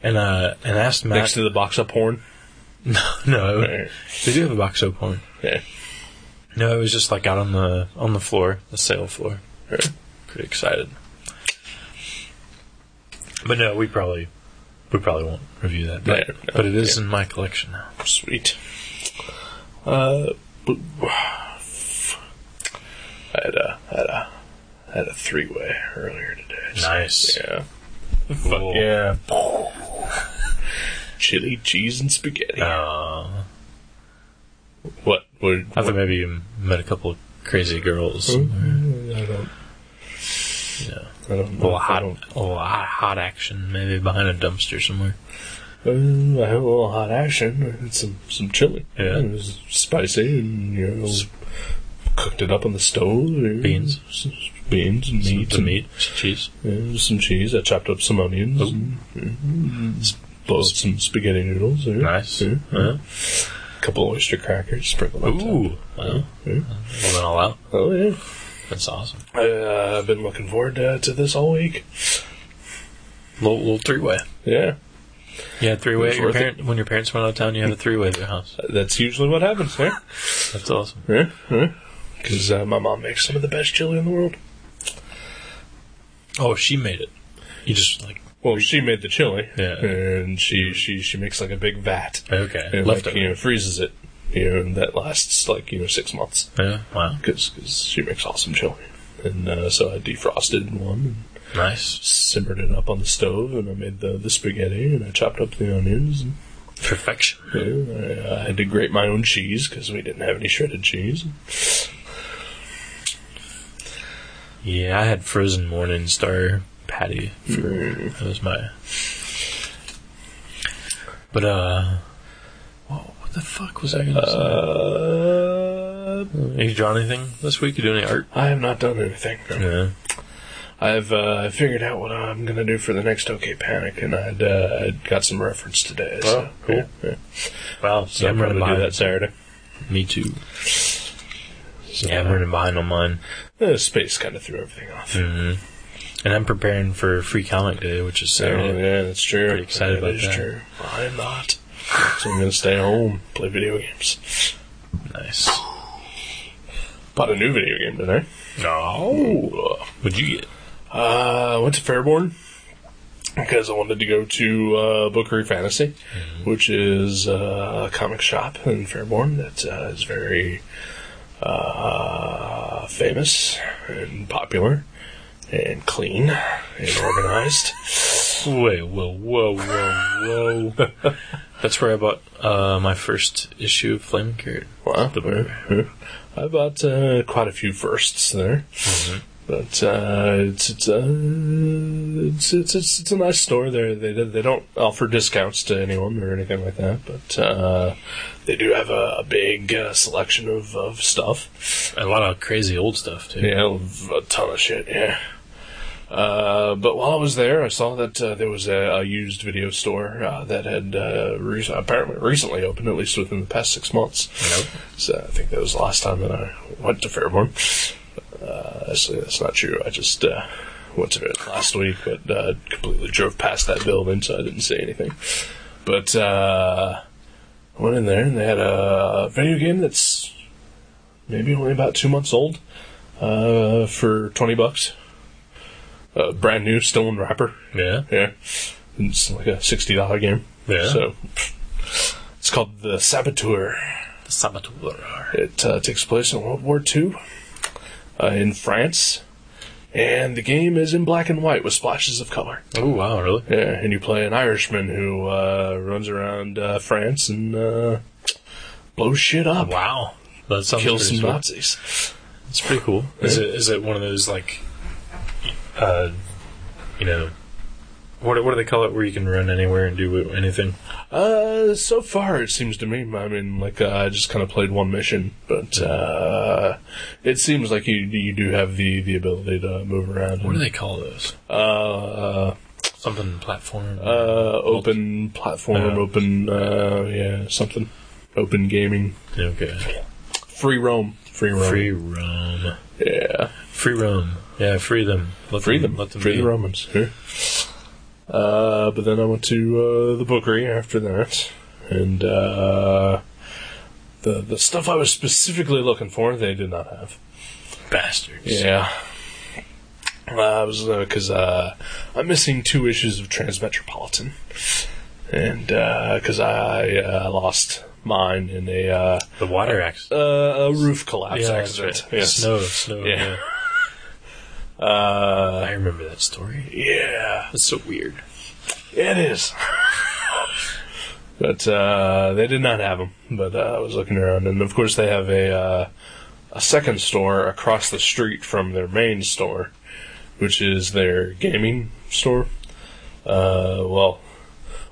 [SPEAKER 3] and uh, and I asked Matt.
[SPEAKER 2] Next to the box of porn.
[SPEAKER 3] no, no,
[SPEAKER 2] Right.
[SPEAKER 3] they do have a box of porn.
[SPEAKER 2] Yeah.
[SPEAKER 3] No, it was just like out on the on the floor, the sale floor.
[SPEAKER 2] Right.
[SPEAKER 3] Pretty excited. But no, we probably we probably won't review that. But,
[SPEAKER 2] Yeah, no,
[SPEAKER 3] but it is
[SPEAKER 2] yeah.
[SPEAKER 3] in my collection now.
[SPEAKER 2] Sweet. Uh, but- I had a I had a I had a three way earlier today. so-
[SPEAKER 3] Nice.
[SPEAKER 2] Yeah.
[SPEAKER 3] Cool.
[SPEAKER 2] Yeah. Chili, cheese, and spaghetti.
[SPEAKER 3] Uh,
[SPEAKER 2] what? What?
[SPEAKER 3] I
[SPEAKER 2] what-
[SPEAKER 3] thought maybe you met a couple of crazy girls.
[SPEAKER 2] Hmm? I don't.
[SPEAKER 3] Yeah.
[SPEAKER 2] I don't.
[SPEAKER 3] A
[SPEAKER 2] know.
[SPEAKER 3] lot,
[SPEAKER 2] I
[SPEAKER 3] hot,
[SPEAKER 2] don't.
[SPEAKER 3] a lot of hot action, maybe behind a dumpster somewhere.
[SPEAKER 2] Uh, I have a little hot action and some some chili.
[SPEAKER 3] Yeah.
[SPEAKER 2] it was spicy and you know cooked it up on the stove. and
[SPEAKER 3] Beans.
[SPEAKER 2] s- s- beans and meat,
[SPEAKER 3] some
[SPEAKER 2] and,
[SPEAKER 3] meat, some cheese.
[SPEAKER 2] yeah, some cheese. I chopped up some onions.
[SPEAKER 3] Oh.
[SPEAKER 2] And, mm, s- boiled some spaghetti noodles. yeah.
[SPEAKER 3] Nice.
[SPEAKER 2] Yeah.
[SPEAKER 3] Uh,
[SPEAKER 2] couple oyster crackers sprinkled on top.
[SPEAKER 3] Ooh. Wow.
[SPEAKER 2] Hmm? Yeah. Hmm?
[SPEAKER 3] Well, then all out.
[SPEAKER 2] Oh yeah.
[SPEAKER 3] That's awesome.
[SPEAKER 2] Uh, I've been looking forward to, to this all week.
[SPEAKER 3] Little, little three way.
[SPEAKER 2] Yeah,
[SPEAKER 3] You had three way
[SPEAKER 2] It's
[SPEAKER 3] your
[SPEAKER 2] worth it.
[SPEAKER 3] parent, when your parents went out of town. You had a three way at their house.
[SPEAKER 2] that's usually what happens. Yeah,
[SPEAKER 3] That's awesome.
[SPEAKER 2] yeah, Because uh, my mom makes some of the best chili in the world.
[SPEAKER 3] Oh, she made it. You just like
[SPEAKER 2] Well, she made the chili,
[SPEAKER 3] Yeah.
[SPEAKER 2] and she she she makes like a big vat
[SPEAKER 3] okay
[SPEAKER 2] and
[SPEAKER 3] left
[SPEAKER 2] like,
[SPEAKER 3] it.
[SPEAKER 2] you know freezes it, you know, and that lasts like you know six months
[SPEAKER 3] Yeah. Wow.
[SPEAKER 2] because she makes awesome chili. And uh, so I defrosted one and
[SPEAKER 3] Nice
[SPEAKER 2] simmered it up on the stove, and I made the, the spaghetti, and I chopped up the onions. And,
[SPEAKER 3] perfection.
[SPEAKER 2] you know, I, I had to grate my own cheese because we didn't have any shredded cheese.
[SPEAKER 3] Yeah, I had frozen Morning Star patty. For, That was my. But uh, whoa, what the fuck was I gonna
[SPEAKER 2] Uh,
[SPEAKER 3] say? You draw anything this week? You do any art?
[SPEAKER 2] I have not done anything.
[SPEAKER 3] Yeah.
[SPEAKER 2] I've uh, figured out what I'm gonna do for the next OK Panic, and I'd, uh, I'd got some reference today. so,
[SPEAKER 3] cool.
[SPEAKER 2] yeah, yeah.
[SPEAKER 3] Wow.
[SPEAKER 2] So I'm gonna do that Saturday.
[SPEAKER 3] Me too.
[SPEAKER 2] So,
[SPEAKER 3] Yeah, I'm running behind on mine,
[SPEAKER 2] uh, space kind of threw everything off.
[SPEAKER 3] Mm-hmm. and I'm preparing for Free Comic Day, which is
[SPEAKER 2] Oh,
[SPEAKER 3] Saturday.
[SPEAKER 2] yeah, that's true.
[SPEAKER 3] Pretty excited
[SPEAKER 2] That
[SPEAKER 3] about
[SPEAKER 2] is
[SPEAKER 3] that.
[SPEAKER 2] True. I'm not. So I'm gonna stay home, play video games.
[SPEAKER 3] Nice.
[SPEAKER 2] Bought a new video game today.
[SPEAKER 3] No. What'd you get?
[SPEAKER 2] Uh, I went to Fairborn because I wanted to go to uh, Bookery Fantasy, which is uh, a comic shop in Fairborn that uh, is very uh, famous and popular and clean and organized.
[SPEAKER 3] Wait, whoa, whoa, whoa, whoa. That's where I bought uh, my first issue of Flame Carrot.
[SPEAKER 2] Wow.
[SPEAKER 3] The Blu-ray.
[SPEAKER 2] I bought uh, quite a few firsts there. But uh, it's it's, uh, it's it's it's it's a nice store there. They don't- they don't offer discounts to anyone or anything like that, but uh, they do have a, a big uh, selection of, of stuff.
[SPEAKER 3] A lot of crazy old stuff, too.
[SPEAKER 2] Yeah, a ton of shit. Yeah. Uh, but while I was there, I saw that uh, there was a, a used video store uh, that had uh, re- apparently recently opened, at least within the past six months.
[SPEAKER 3] Nope.
[SPEAKER 2] So I think that was the last time that I went to Fairborn. Uh, so that's not true. I just uh, went to it last week, but uh, completely drove past that building, so I didn't see anything. But uh, I went in there, and they had a video game that's maybe only about two months old uh, for twenty bucks. Uh, brand new, still in wrapper.
[SPEAKER 3] Yeah.
[SPEAKER 2] Yeah, it's like a sixty dollar game.
[SPEAKER 3] Yeah.
[SPEAKER 2] So it's called the Saboteur.
[SPEAKER 3] Saboteur.
[SPEAKER 2] It uh, takes place in World War II uh, in France, and the game is in black and white with splashes of color.
[SPEAKER 3] Oh, wow, really?
[SPEAKER 2] Yeah, and you play an Irishman who uh, runs around uh, France and uh, blows shit up,
[SPEAKER 3] Wow. That sounds
[SPEAKER 2] kills
[SPEAKER 3] pretty
[SPEAKER 2] some
[SPEAKER 3] sweet.
[SPEAKER 2] Nazis.
[SPEAKER 3] It's pretty cool. Is it is it one of those, like, uh, you know, what, what do they call it, where you can run anywhere and do anything?
[SPEAKER 2] Uh, so far it seems to me. I mean, like uh, I just kind of played one mission, but uh, it seems like you you do have the the ability to move around.
[SPEAKER 3] What do
[SPEAKER 2] and,
[SPEAKER 3] they call those?
[SPEAKER 2] uh,
[SPEAKER 3] Something platform.
[SPEAKER 2] uh, open platform,
[SPEAKER 3] Yeah.
[SPEAKER 2] open, uh, yeah, something. Open gaming.
[SPEAKER 3] Okay.
[SPEAKER 2] Free roam. Free roam.
[SPEAKER 3] Free roam.
[SPEAKER 2] Yeah.
[SPEAKER 3] Free roam. Yeah, free them. Let
[SPEAKER 2] Free them.
[SPEAKER 3] Let them
[SPEAKER 2] free
[SPEAKER 3] be.
[SPEAKER 2] the Romans. Yeah. Uh, but then I went to uh, the bookery after that. And uh, the, the stuff I was specifically looking for, they did not have.
[SPEAKER 3] Bastards.
[SPEAKER 2] Yeah. Uh, I was because uh, I'm missing two issues of Transmetropolitan, and because I uh, lost mine in a uh,
[SPEAKER 3] The water axe.
[SPEAKER 2] uh, a roof collapse
[SPEAKER 3] that's
[SPEAKER 2] accident.
[SPEAKER 3] right.
[SPEAKER 2] Yes.
[SPEAKER 3] Snow, snow.
[SPEAKER 2] Yeah.
[SPEAKER 3] Yeah.
[SPEAKER 2] Uh,
[SPEAKER 3] I remember that story.
[SPEAKER 2] yeah,
[SPEAKER 3] That's so weird.
[SPEAKER 2] it is. but uh, they did not have them. But uh, I was looking around, and of course they have a uh, a second store across the street from their main store, which is their gaming store. Uh, well,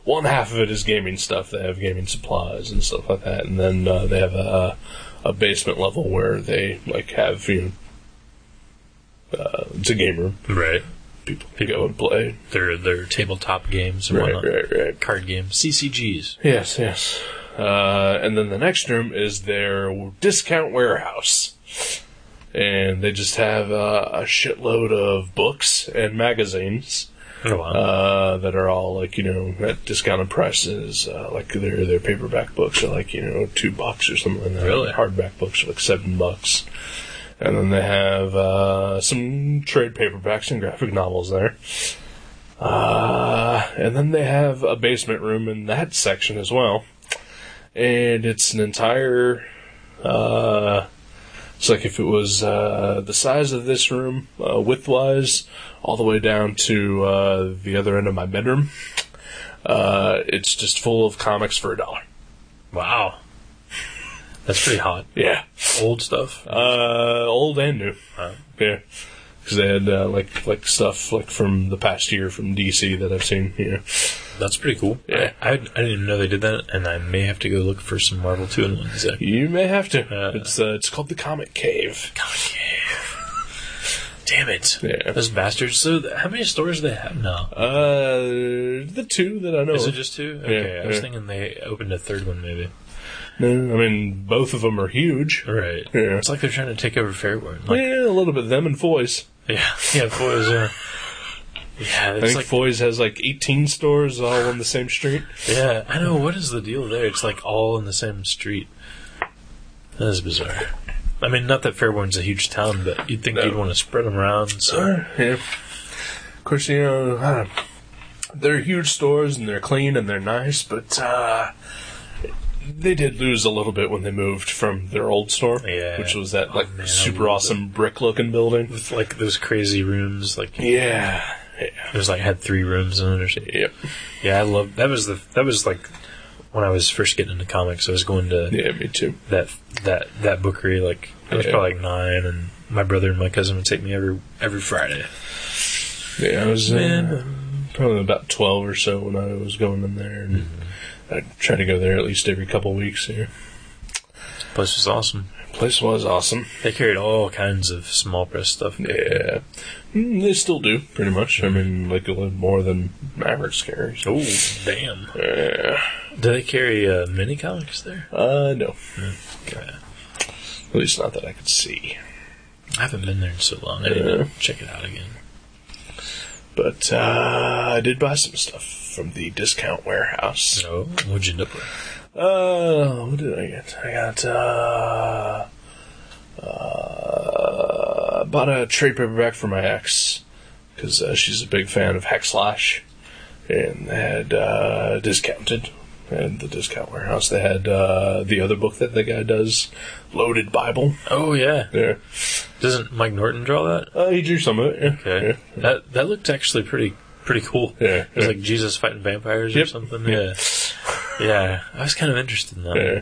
[SPEAKER 2] one half of it is gaming stuff. They have gaming supplies and stuff like that, and then uh, they have a a basement level where they like have you. Know, uh, it's a game room.
[SPEAKER 3] Right.
[SPEAKER 2] People can go and play.
[SPEAKER 3] They're, they're tabletop games and whatnot.
[SPEAKER 2] right.
[SPEAKER 3] Card games. CCGs.
[SPEAKER 2] Yes, yes. Uh, and then the next room is their discount warehouse. and they just have uh, a shitload of books and magazines
[SPEAKER 3] Oh, wow.
[SPEAKER 2] uh, that are all like you know at discounted prices. Uh, like their their paperback books are like you know two bucks or something. Like that.
[SPEAKER 3] Really?
[SPEAKER 2] hardback books are like seven bucks. And then they have uh, some trade paperbacks and graphic novels there. Uh, and then they have a basement room in that section as well. And it's an entire. Uh, it's like if it was uh, the size of this room, uh, width wise, all the way down to uh, the other end of my bedroom. Uh, it's just full of comics for a dollar.
[SPEAKER 3] wow. That's pretty hot.
[SPEAKER 2] Yeah.
[SPEAKER 3] Old stuff.
[SPEAKER 2] Uh, old and new. uh,
[SPEAKER 3] Wow.
[SPEAKER 2] Yeah. Because they had uh, like like stuff like from the past year from DC that I've seen. Yeah.
[SPEAKER 3] That's pretty cool.
[SPEAKER 2] Yeah.
[SPEAKER 3] I, I, I didn't even know they did that, and I may have to go look for some Marvel 2 in ones. Zach.
[SPEAKER 2] You may have to.
[SPEAKER 3] Uh.
[SPEAKER 2] it's uh, it's called the Comic Cave.
[SPEAKER 3] Damn it.
[SPEAKER 2] Yeah.
[SPEAKER 3] Those bastards. So, th- how many stores do they have now?
[SPEAKER 2] Uh, the two that I know.
[SPEAKER 3] Is it
[SPEAKER 2] of.
[SPEAKER 3] just two? Okay, I
[SPEAKER 2] Oh.
[SPEAKER 3] was
[SPEAKER 2] yeah.
[SPEAKER 3] thinking they opened a third one, maybe.
[SPEAKER 2] No, I mean, both of them are huge.
[SPEAKER 3] Right.
[SPEAKER 2] Yeah.
[SPEAKER 3] It's like they're trying to take over Fairborn. Like,
[SPEAKER 2] yeah, a little bit them and Foy's.
[SPEAKER 3] Yeah, yeah, Foy's. Uh, yeah,
[SPEAKER 2] I
[SPEAKER 3] it's
[SPEAKER 2] think
[SPEAKER 3] like
[SPEAKER 2] Foy's has like 18 stores all on the same street.
[SPEAKER 3] yeah. I know what is the deal there. It's like all in the same street. That is bizarre. I mean, not that Fairborn's a huge town, but you'd think
[SPEAKER 2] No.
[SPEAKER 3] you'd want to spread them around. So
[SPEAKER 2] yeah. Of course, you know, I don't- they're huge stores and they're clean and they're nice, but uh, they did lose a little bit when they moved from their old store,
[SPEAKER 3] Yeah. Oh,
[SPEAKER 2] which was that like
[SPEAKER 3] man, I
[SPEAKER 2] super
[SPEAKER 3] love
[SPEAKER 2] awesome brick looking building.
[SPEAKER 3] with like those crazy rooms, like it
[SPEAKER 2] Yeah. Yeah.
[SPEAKER 3] was like had three rooms in it or something.
[SPEAKER 2] Yep.
[SPEAKER 3] Yeah, I love that was the that was like when I was first getting into comics. I was going to
[SPEAKER 2] Yeah, me too.
[SPEAKER 3] that that that bookery like I was
[SPEAKER 2] Yeah.
[SPEAKER 3] probably like nine, and my brother and my cousin would take me every every Friday.
[SPEAKER 2] Yeah, I was uh,
[SPEAKER 3] Man.
[SPEAKER 2] probably about 12 or so when I was going in there, and
[SPEAKER 3] Mm-hmm.
[SPEAKER 2] I tried to go there at least every couple weeks here.
[SPEAKER 3] Place was awesome.
[SPEAKER 2] Place was awesome.
[SPEAKER 3] They carried all kinds of small press stuff.
[SPEAKER 2] Yeah. Mm, They still do, pretty much. I mean, like a little more than Mavericks carries.
[SPEAKER 3] Oh, damn.
[SPEAKER 2] Yeah.
[SPEAKER 3] Do they carry uh, mini comics there?
[SPEAKER 2] Uh, no.
[SPEAKER 3] Yeah.
[SPEAKER 2] At least not that I could see.
[SPEAKER 3] I haven't been there in so long. I need to check it out again.
[SPEAKER 2] But uh, I did buy some stuff from the discount warehouse.
[SPEAKER 3] So, what'd you end up with?
[SPEAKER 2] Uh, what did I get? I got uh, uh, bought a trade paperback for my ex because uh, she's a big fan of Hexlash, and they had uh, discounted and the discount warehouse. They had uh, the other book that the guy does, Loaded Bible.
[SPEAKER 3] Oh, yeah.
[SPEAKER 2] Yeah,
[SPEAKER 3] Doesn't Mike Norton draw that?
[SPEAKER 2] uh, he drew some of it. Yeah.
[SPEAKER 3] Okay.
[SPEAKER 2] Yeah.
[SPEAKER 3] That that looked actually pretty pretty cool.
[SPEAKER 2] Yeah,
[SPEAKER 3] It was
[SPEAKER 2] yeah.
[SPEAKER 3] like Jesus fighting vampires or
[SPEAKER 2] Yep.
[SPEAKER 3] something.
[SPEAKER 2] Yeah.
[SPEAKER 3] Yeah. Yeah. I was kind of interested in that.
[SPEAKER 2] Yeah.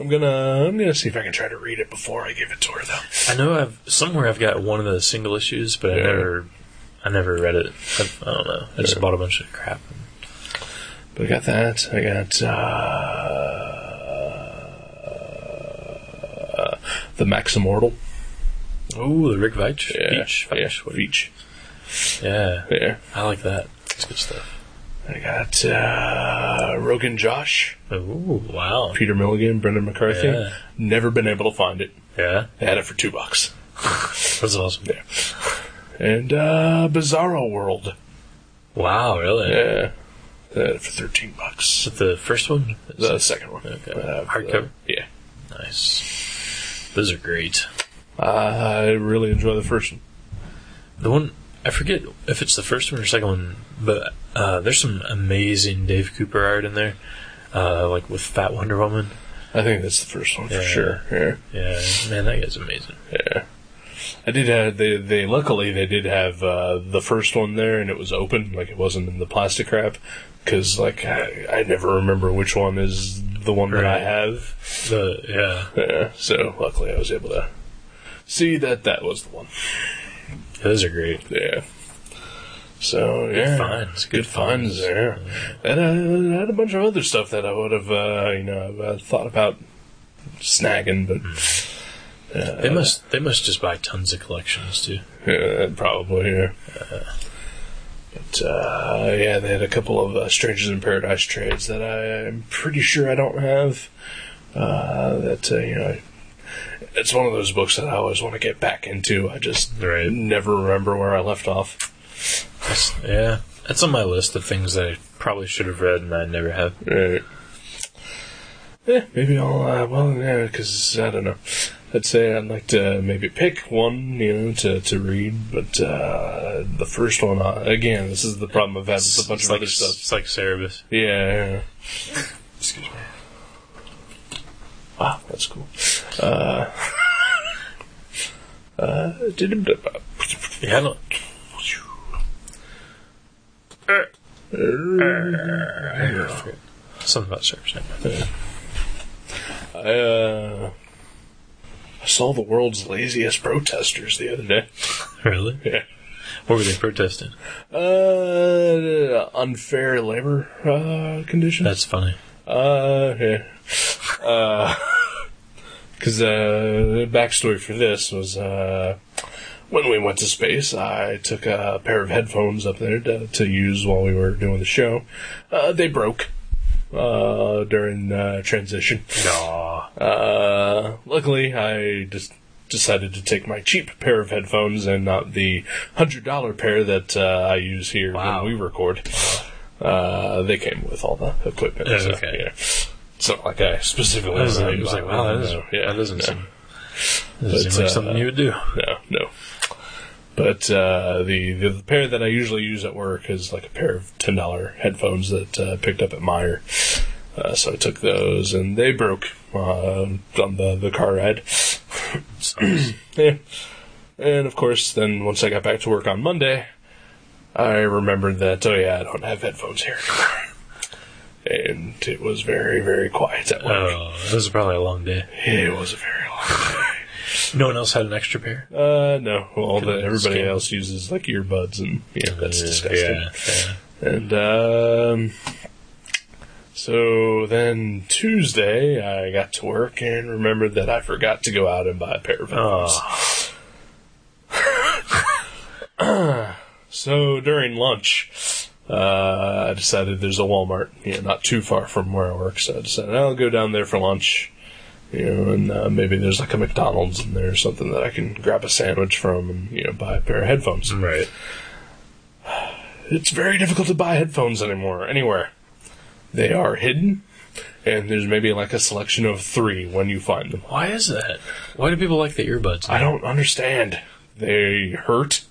[SPEAKER 2] I'm gonna I'm gonna see if I can try to read it before I give it to her though.
[SPEAKER 3] I know I've somewhere I've got one of the single issues, but I
[SPEAKER 2] Yeah.
[SPEAKER 3] never I never read it. I, I don't know. I just
[SPEAKER 2] Yeah.
[SPEAKER 3] bought a bunch of crap.
[SPEAKER 2] But I got that. I got uh, the Max Immortal.
[SPEAKER 3] Oh, the Rick Veitch.
[SPEAKER 2] Yeah.
[SPEAKER 3] Veitch.
[SPEAKER 2] yeah.
[SPEAKER 3] Veitch. What-
[SPEAKER 2] Veach.
[SPEAKER 3] yeah.
[SPEAKER 2] Yeah.
[SPEAKER 3] I like that. It's good stuff.
[SPEAKER 2] I got uh, Rogan Josh,
[SPEAKER 3] Oh wow.
[SPEAKER 2] Peter Milligan, Brendan McCarthy.
[SPEAKER 3] Yeah.
[SPEAKER 2] Never been able to find it.
[SPEAKER 3] Yeah,
[SPEAKER 2] They had it for two bucks.
[SPEAKER 3] that's awesome.
[SPEAKER 2] Yeah. And uh, Bizarro World.
[SPEAKER 3] Wow, really?
[SPEAKER 2] Yeah. They had it for thirteen bucks.
[SPEAKER 3] Is it the first one? Is
[SPEAKER 2] The
[SPEAKER 3] it-
[SPEAKER 2] second one.
[SPEAKER 3] Okay.
[SPEAKER 2] Uh,
[SPEAKER 3] Hardcover.
[SPEAKER 2] Yeah.
[SPEAKER 3] Nice. Those are great.
[SPEAKER 2] I really enjoy the first one.
[SPEAKER 3] The one I forget if it's the first one or second one, but uh, there's some amazing Dave Cooper art in there, uh, like with Fat Wonder Woman.
[SPEAKER 2] I think that's the first one
[SPEAKER 3] Yeah.
[SPEAKER 2] for sure. Yeah,
[SPEAKER 3] Yeah, man, that guy's amazing.
[SPEAKER 2] yeah. I did have they they luckily they did have uh, the first one there and it was open like it wasn't in the plastic wrap because like I, I never remember which one is the one that I
[SPEAKER 3] Right.
[SPEAKER 2] have.
[SPEAKER 3] The yeah,
[SPEAKER 2] Yeah, so luckily I was able to see that that was the one.
[SPEAKER 3] those are great.
[SPEAKER 2] Yeah. So yeah,
[SPEAKER 3] finds, good
[SPEAKER 2] good, finds
[SPEAKER 3] finds.
[SPEAKER 2] there, and uh, I had a bunch of other stuff that I would have, uh, you know, I've, uh, thought about snagging, but
[SPEAKER 3] They must they must just buy tons of collections too.
[SPEAKER 2] Yeah, probably, yeah. But, uh, yeah, they had a couple of uh, Strangers in Paradise trades that I, I'm pretty sure I don't have. Uh, that, uh, you know, I it's one of those books that I always want to get back into. I just
[SPEAKER 3] Right.
[SPEAKER 2] never remember where I left off.
[SPEAKER 3] That's- yeah, that's on my list of things that I probably should have read and I never have.
[SPEAKER 2] Right. Yeah, maybe I'll, uh, well, yeah, because I don't know. I'd say I'd like to maybe pick one, you know, to, to read, but uh, the first one, uh, again, this is the problem I've had with a bunch
[SPEAKER 3] it's
[SPEAKER 2] of
[SPEAKER 3] like
[SPEAKER 2] other stuff.
[SPEAKER 3] it's like Cerebus.
[SPEAKER 2] Yeah, yeah. Excuse me. Wow, that's cool. Uh, uh,
[SPEAKER 3] Yeah, I don't. Something about Cerebus. never mind.
[SPEAKER 2] I, uh, I saw the world's laziest protesters the other day.
[SPEAKER 3] Really?
[SPEAKER 2] Yeah.
[SPEAKER 3] What were they protesting?
[SPEAKER 2] Uh, unfair labor uh, conditions.
[SPEAKER 3] That's funny.
[SPEAKER 2] uh, yeah. Because uh, the backstory for this was uh, when we went to space, I took a pair of headphones up there to, to use while we were doing the show. Uh, they broke uh, during uh, transition.
[SPEAKER 3] Aw.
[SPEAKER 2] Uh, luckily, I just decided to take my cheap pair of headphones and not the hundred dollar pair that uh, I use here
[SPEAKER 3] Wow.
[SPEAKER 2] when we record. Uh, they came with all the equipment.
[SPEAKER 3] Oh,
[SPEAKER 2] so,
[SPEAKER 3] okay.
[SPEAKER 2] yeah. It's not like I specifically.
[SPEAKER 3] I was,
[SPEAKER 2] wanted
[SPEAKER 3] I was
[SPEAKER 2] to
[SPEAKER 3] like,
[SPEAKER 2] buy
[SPEAKER 3] wow, that
[SPEAKER 2] them,
[SPEAKER 3] is,
[SPEAKER 2] though.
[SPEAKER 3] Oh, yeah, that doesn't
[SPEAKER 2] no,
[SPEAKER 3] seem, doesn't
[SPEAKER 2] But,
[SPEAKER 3] seem like
[SPEAKER 2] uh,
[SPEAKER 3] something you would do.
[SPEAKER 2] no, no. But uh, the, the the pair that I usually use at work is like a pair of ten dollar headphones that uh, I picked up at Meyer. Uh, so I took those, and they broke uh, on the the car ride. Yeah. And of course, then once I got back to work on Monday, I remembered that, oh yeah, I don't have headphones here. and it was very, very quiet at work.
[SPEAKER 3] Oh, this is probably a long day.
[SPEAKER 2] It was a very long
[SPEAKER 3] No one else had an extra pair.
[SPEAKER 2] Uh, no. All the,
[SPEAKER 3] Could've
[SPEAKER 2] everybody
[SPEAKER 3] escaped.
[SPEAKER 2] else uses, like, earbuds, and, yeah, that's
[SPEAKER 3] Uh,
[SPEAKER 2] disgusting.
[SPEAKER 3] Yeah, yeah.
[SPEAKER 2] And um, so then Tuesday, I got to work and remembered that I forgot to go out and buy a pair of headphones. so during lunch, uh, I decided there's a Walmart, you know, not too far from where I work, so I decided I'll go down there for lunch. You know, and uh, maybe there's like a McDonald's in there or something that I can grab a sandwich from and, you know, buy a pair of headphones.
[SPEAKER 3] Right.
[SPEAKER 2] It's very difficult to buy headphones anymore, anywhere. They are hidden, and there's maybe like a selection of three when you find them.
[SPEAKER 3] Why is that? Why do people like the earbuds?
[SPEAKER 2] I don't understand. They hurt.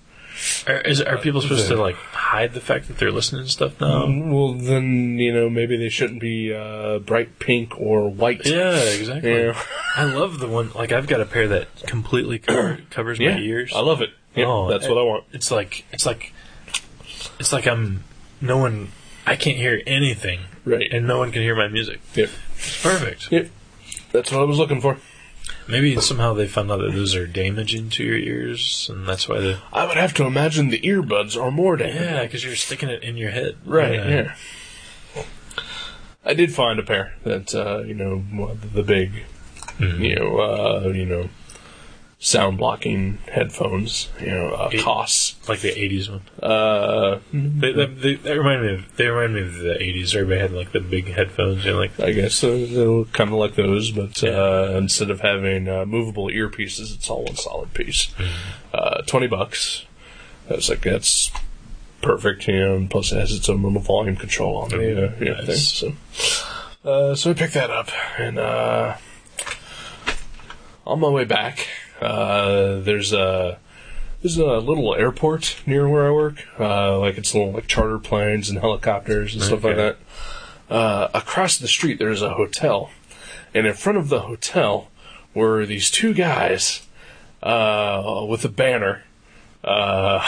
[SPEAKER 3] Are, is, are people supposed to like hide the fact that they're listening to stuff now?
[SPEAKER 2] Um, Well, then, you know, maybe they shouldn't be uh, bright pink or white.
[SPEAKER 3] Yeah, exactly.
[SPEAKER 2] Yeah.
[SPEAKER 3] I love the one. Like I've got a pair that completely cover, covers
[SPEAKER 2] Yeah,
[SPEAKER 3] my ears.
[SPEAKER 2] I love it. Yeah,
[SPEAKER 3] Oh,
[SPEAKER 2] that's
[SPEAKER 3] it-
[SPEAKER 2] what I want.
[SPEAKER 3] It's like it's like it's like I'm no one. I can't hear anything,
[SPEAKER 2] Right.
[SPEAKER 3] and no one can hear my music.
[SPEAKER 2] Yep.
[SPEAKER 3] It's perfect.
[SPEAKER 2] Yep. That's what I was looking for.
[SPEAKER 3] Maybe somehow they found out that those are damaging to your ears, and that's why they.
[SPEAKER 2] I would have to imagine the earbuds are more damaged.
[SPEAKER 3] Yeah, because you're sticking it in your head.
[SPEAKER 2] Right,
[SPEAKER 3] Yeah.
[SPEAKER 2] yeah. I did find a pair that, uh, you know, the big,
[SPEAKER 3] Mm-hmm.
[SPEAKER 2] you know, uh, you know, sound blocking headphones, you know, uh,
[SPEAKER 3] Eight.
[SPEAKER 2] costs.
[SPEAKER 3] Like the '80s one.
[SPEAKER 2] Uh,
[SPEAKER 3] They, they, they, they remind me of they remind me of the '80s. Everybody had like the big headphones. You know, like
[SPEAKER 2] I guess uh, they look kind of like those, but uh, instead of having uh, movable earpieces, it's all one solid piece.
[SPEAKER 3] Mm-hmm.
[SPEAKER 2] Uh, 20 bucks. I was like, that's perfect, you know, and plus it has its own little volume control on the uh, you know, thing.
[SPEAKER 3] Oh, Nice.
[SPEAKER 2] So, uh, so I picked that up, and uh, on my way back, uh, there's a. There's a little airport near where I work. Uh, like it's little like charter planes and helicopters and stuff like
[SPEAKER 3] Okay.
[SPEAKER 2] that uh, across the street there is a hotel, and in front of the hotel were these two guys uh, with a banner. Uh,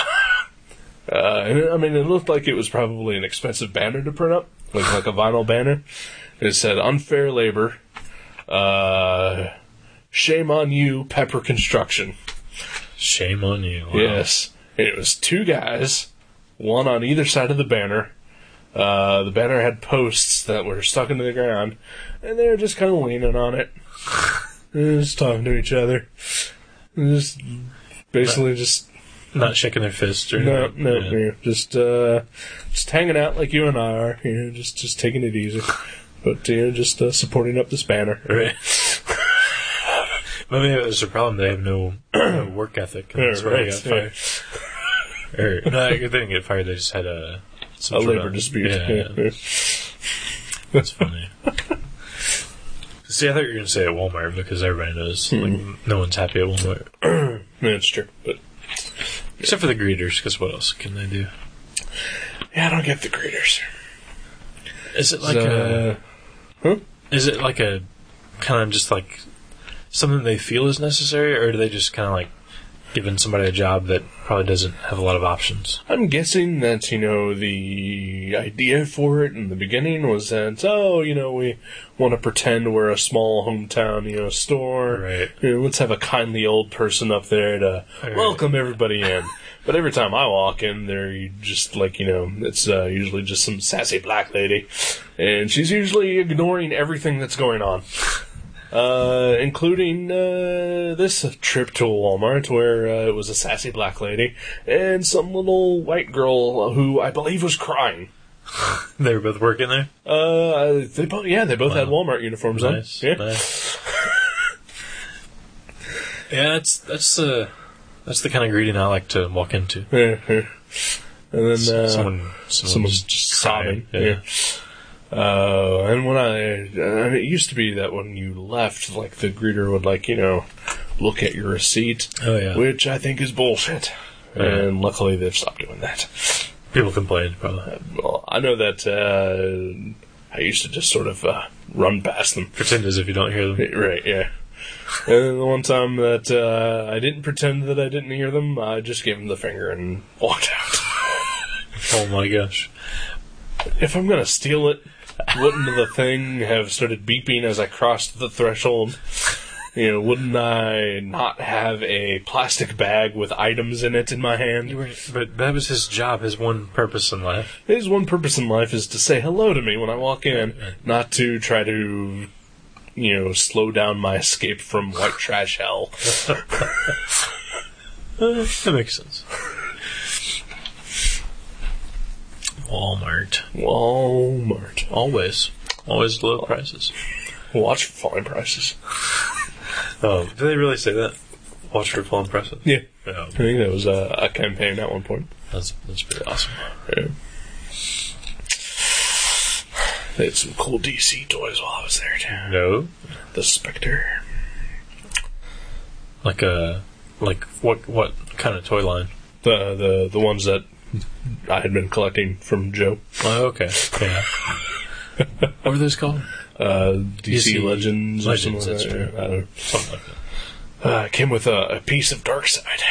[SPEAKER 2] uh, and it- I mean, it looked like it was probably an expensive banner to print up, like like a vinyl banner. And it said "Unfair Labor." Uh, shame on you, Pepper Construction.
[SPEAKER 3] shame on you. Wow.
[SPEAKER 2] Yes. And it was two guys, one on either side of the banner. Uh, the banner had posts that were stuck into the ground, and they were just kind of leaning on it. And just talking to each other. And just basically just
[SPEAKER 3] not shaking their fists or
[SPEAKER 2] no
[SPEAKER 3] anything.
[SPEAKER 2] no
[SPEAKER 3] Yeah.
[SPEAKER 2] yeah, just uh just hanging out like you and I are, you know, just just taking it easy. But you know, just uh, supporting up this banner.
[SPEAKER 3] Right. But maybe there's a problem. They have no, no work ethic. and That's why they got
[SPEAKER 2] yeah.
[SPEAKER 3] fired. Or, no, they didn't get fired. They just had a some
[SPEAKER 2] A
[SPEAKER 3] sort
[SPEAKER 2] labor
[SPEAKER 3] of-
[SPEAKER 2] dispute.
[SPEAKER 3] Yeah,
[SPEAKER 2] yeah,
[SPEAKER 3] yeah.
[SPEAKER 2] yeah.
[SPEAKER 3] that's funny. See, I thought you were gonna say at Walmart because everybody knows
[SPEAKER 2] Hmm.
[SPEAKER 3] like no one's happy at Walmart
[SPEAKER 2] Yeah, it's true. But
[SPEAKER 3] except for the greeters. Because what else can they do?
[SPEAKER 2] yeah, I don't get the graders.
[SPEAKER 3] Is it like a
[SPEAKER 2] uh,
[SPEAKER 3] Is it like a kind of just like something they feel is necessary, or do they just kind of like giving somebody a job that probably doesn't have a lot of options?
[SPEAKER 2] I'm guessing that, you know, the idea for it in the beginning was that, oh, you know, we want to pretend we're a small hometown, you know, store.
[SPEAKER 3] Right.
[SPEAKER 2] You know, let's have a kindly old person up there to
[SPEAKER 3] Right.
[SPEAKER 2] welcome everybody in. but every time I walk in, they're just like, you know, it's uh, usually just some sassy black lady. And she's usually ignoring everything that's going on. Uh, including uh, this trip to Walmart where uh, it was a sassy black lady and some little white girl who I believe was crying.
[SPEAKER 3] They were both working there.
[SPEAKER 2] Uh, they both, yeah, they both had
[SPEAKER 3] Wow.
[SPEAKER 2] Walmart uniforms
[SPEAKER 3] Nice,
[SPEAKER 2] on. Mm-hmm. Yeah.
[SPEAKER 3] nice. yeah, that's that's uh, the that's the kind of greeting I like to walk into.
[SPEAKER 2] Yeah, yeah. And then uh,
[SPEAKER 3] someone, someone
[SPEAKER 2] someone's
[SPEAKER 3] just,
[SPEAKER 2] just sobbing.
[SPEAKER 3] crying. Yeah.
[SPEAKER 2] Yeah. Uh, and when I, I mean, it used to be that when you left, like the greeter would like you know look at your receipt,
[SPEAKER 3] Oh yeah,
[SPEAKER 2] which I think is bullshit.
[SPEAKER 3] Yeah.
[SPEAKER 2] And luckily, they've stopped doing that.
[SPEAKER 3] people complain probably.
[SPEAKER 2] Well, I know that uh, I used to just sort of uh, run past them.
[SPEAKER 3] Pretend as if you don't hear them.
[SPEAKER 2] Right, yeah. And then the one time that uh, I didn't pretend that I didn't hear them, I just gave them the finger and walked out.
[SPEAKER 3] Oh my gosh.
[SPEAKER 2] If I'm gonna steal it, wouldn't the thing have started beeping as I crossed the threshold? You know, wouldn't I not have a plastic bag with items in it in my hand?
[SPEAKER 3] You were, but that was his job, his one purpose in life.
[SPEAKER 2] His one purpose in life is to say hello to me when I walk in, not to try to, you know, slow down my escape from white trash hell.
[SPEAKER 3] Uh, that makes sense. Walmart.
[SPEAKER 2] Walmart.
[SPEAKER 3] Always. Always low prices.
[SPEAKER 2] Watch for falling prices.
[SPEAKER 3] Oh, do they really say that? Watch for full prices.
[SPEAKER 2] Yeah.
[SPEAKER 3] Yeah. Oh,
[SPEAKER 2] I think that was a, a campaign at one point.
[SPEAKER 3] That's, that's pretty awesome.
[SPEAKER 2] Yeah. They had some cool DC toys while I was there, too.
[SPEAKER 3] No?
[SPEAKER 2] The Spectre.
[SPEAKER 3] Like a, like what, what kind of toy line?
[SPEAKER 2] The, the, the ones that I had been collecting from Joe.
[SPEAKER 3] Oh, okay. Yeah. what were those called?
[SPEAKER 2] Uh, DC,
[SPEAKER 3] DC
[SPEAKER 2] Legends or
[SPEAKER 3] Legends,
[SPEAKER 2] something like
[SPEAKER 3] that's
[SPEAKER 2] that.
[SPEAKER 3] true.
[SPEAKER 2] I don't know.
[SPEAKER 3] Something like that.
[SPEAKER 2] Uh, it came with a, a piece of Dark Side.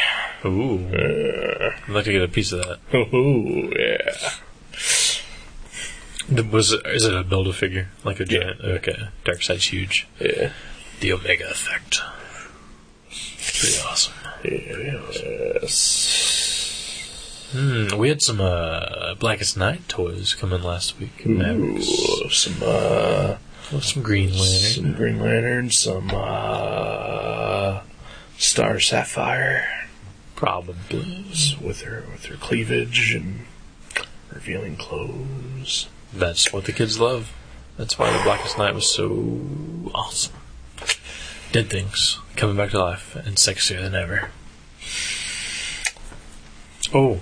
[SPEAKER 3] Ooh. I'd like to get a piece of that.
[SPEAKER 2] Oh yeah.
[SPEAKER 3] The- Was it, is it a build a figure? Like a
[SPEAKER 2] Yeah.
[SPEAKER 3] giant? Okay. Dark side's huge.
[SPEAKER 2] Yeah.
[SPEAKER 3] The Omega Effect. Pretty awesome.
[SPEAKER 2] Yes.
[SPEAKER 3] Hmm, we had some uh, Blackest Night toys come in last week.
[SPEAKER 2] Ooh,
[SPEAKER 3] Mavericks.
[SPEAKER 2] some uh,
[SPEAKER 3] Oh, some Green Lantern.
[SPEAKER 2] some Green Lantern, some uh, Star Sapphire
[SPEAKER 3] Probably.
[SPEAKER 2] with her with her cleavage and revealing clothes.
[SPEAKER 3] That's what the kids love. That's why the Blackest Night was so awesome. Dead things coming back to life and sexier than ever. Oh,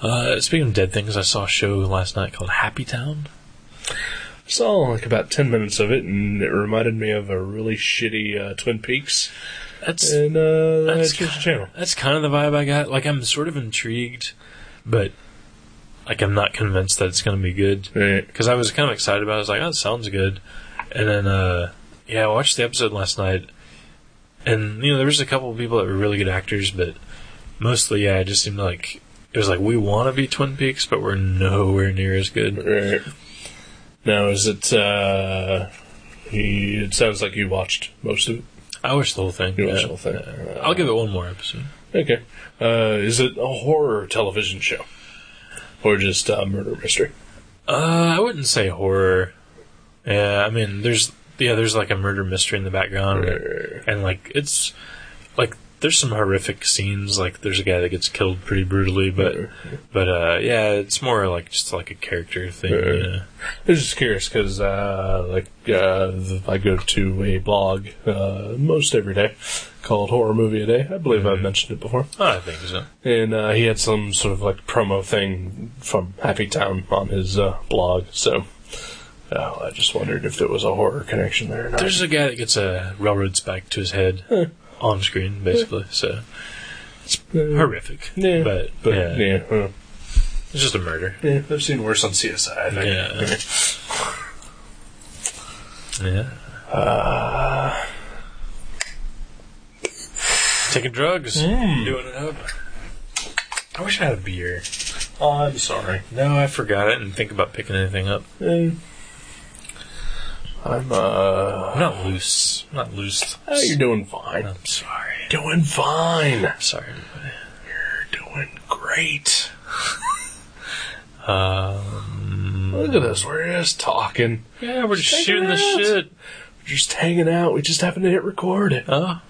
[SPEAKER 3] uh, speaking of dead things, I saw a show last night called Happy Town.
[SPEAKER 2] I saw like about ten minutes of it, and it reminded me of a really shitty uh, Twin Peaks
[SPEAKER 3] That's
[SPEAKER 2] and uh,
[SPEAKER 3] That's
[SPEAKER 2] Education Channel.
[SPEAKER 3] That's kind of the vibe I got. Like I'm sort of intrigued, but like I'm not convinced that it's going to be good.
[SPEAKER 2] Right.
[SPEAKER 3] Because I was kind of excited about. it. I was like, "Oh, that sounds good," and then uh, yeah, I watched the episode last night, and you know there was a couple of people that were really good actors, but mostly yeah, it just seemed like it was like we want to be Twin Peaks, but we're nowhere near as good.
[SPEAKER 2] Right. Now, is it, uh, you, it sounds like you watched most of it.
[SPEAKER 3] I watched the whole thing.
[SPEAKER 2] You watched
[SPEAKER 3] yeah.
[SPEAKER 2] the whole thing.
[SPEAKER 3] Yeah. I'll give it one more episode.
[SPEAKER 2] Okay. Uh, is it a horror television show? Or just, uh, murder mystery?
[SPEAKER 3] Uh, I wouldn't say horror. Yeah, I mean, there's yeah, there's like a murder mystery in the background,
[SPEAKER 2] Right.
[SPEAKER 3] and like it's like there's some horrific scenes. Like there's a guy that gets killed pretty brutally, but
[SPEAKER 2] Right.
[SPEAKER 3] but uh, yeah, it's more like just like a character thing.
[SPEAKER 2] Right.
[SPEAKER 3] you know.
[SPEAKER 2] I was just curious because, uh, like, uh, th- I go to a blog uh, most every day called Horror Movie a Day. I believe I've mentioned it before.
[SPEAKER 3] I think so.
[SPEAKER 2] And uh, he had some sort of like promo thing from Happy Town on his uh, blog. So uh, I just wondered if there was a horror connection there or not.
[SPEAKER 3] There's a guy that gets a railroad spike to his head on screen, basically. So it's horrific.
[SPEAKER 2] yeah,
[SPEAKER 3] but,
[SPEAKER 2] but
[SPEAKER 3] yeah,
[SPEAKER 2] yeah, uh,
[SPEAKER 3] it's just a murder.
[SPEAKER 2] yeah, I've seen worse on CSI. I think.
[SPEAKER 3] Yeah. Yeah.
[SPEAKER 2] Uh,
[SPEAKER 3] Taking drugs,
[SPEAKER 2] Hmm.
[SPEAKER 3] doing it up. I wish I had a beer.
[SPEAKER 2] Oh, I'm sorry.
[SPEAKER 3] No, I forgot it and think about picking anything up.
[SPEAKER 2] Eh. I'm uh.
[SPEAKER 3] I'm not loose. I'm not loose.
[SPEAKER 2] oh, you're doing fine.
[SPEAKER 3] I'm sorry.
[SPEAKER 2] Doing fine.
[SPEAKER 3] I'm sorry. everybody.
[SPEAKER 2] You're doing great.
[SPEAKER 3] Um,
[SPEAKER 2] Look at this. We're just talking.
[SPEAKER 3] yeah, we're just
[SPEAKER 2] Check it
[SPEAKER 3] shooting the
[SPEAKER 2] out.
[SPEAKER 3] shit.
[SPEAKER 2] We're just hanging out. We just happened to hit record.
[SPEAKER 3] Oh,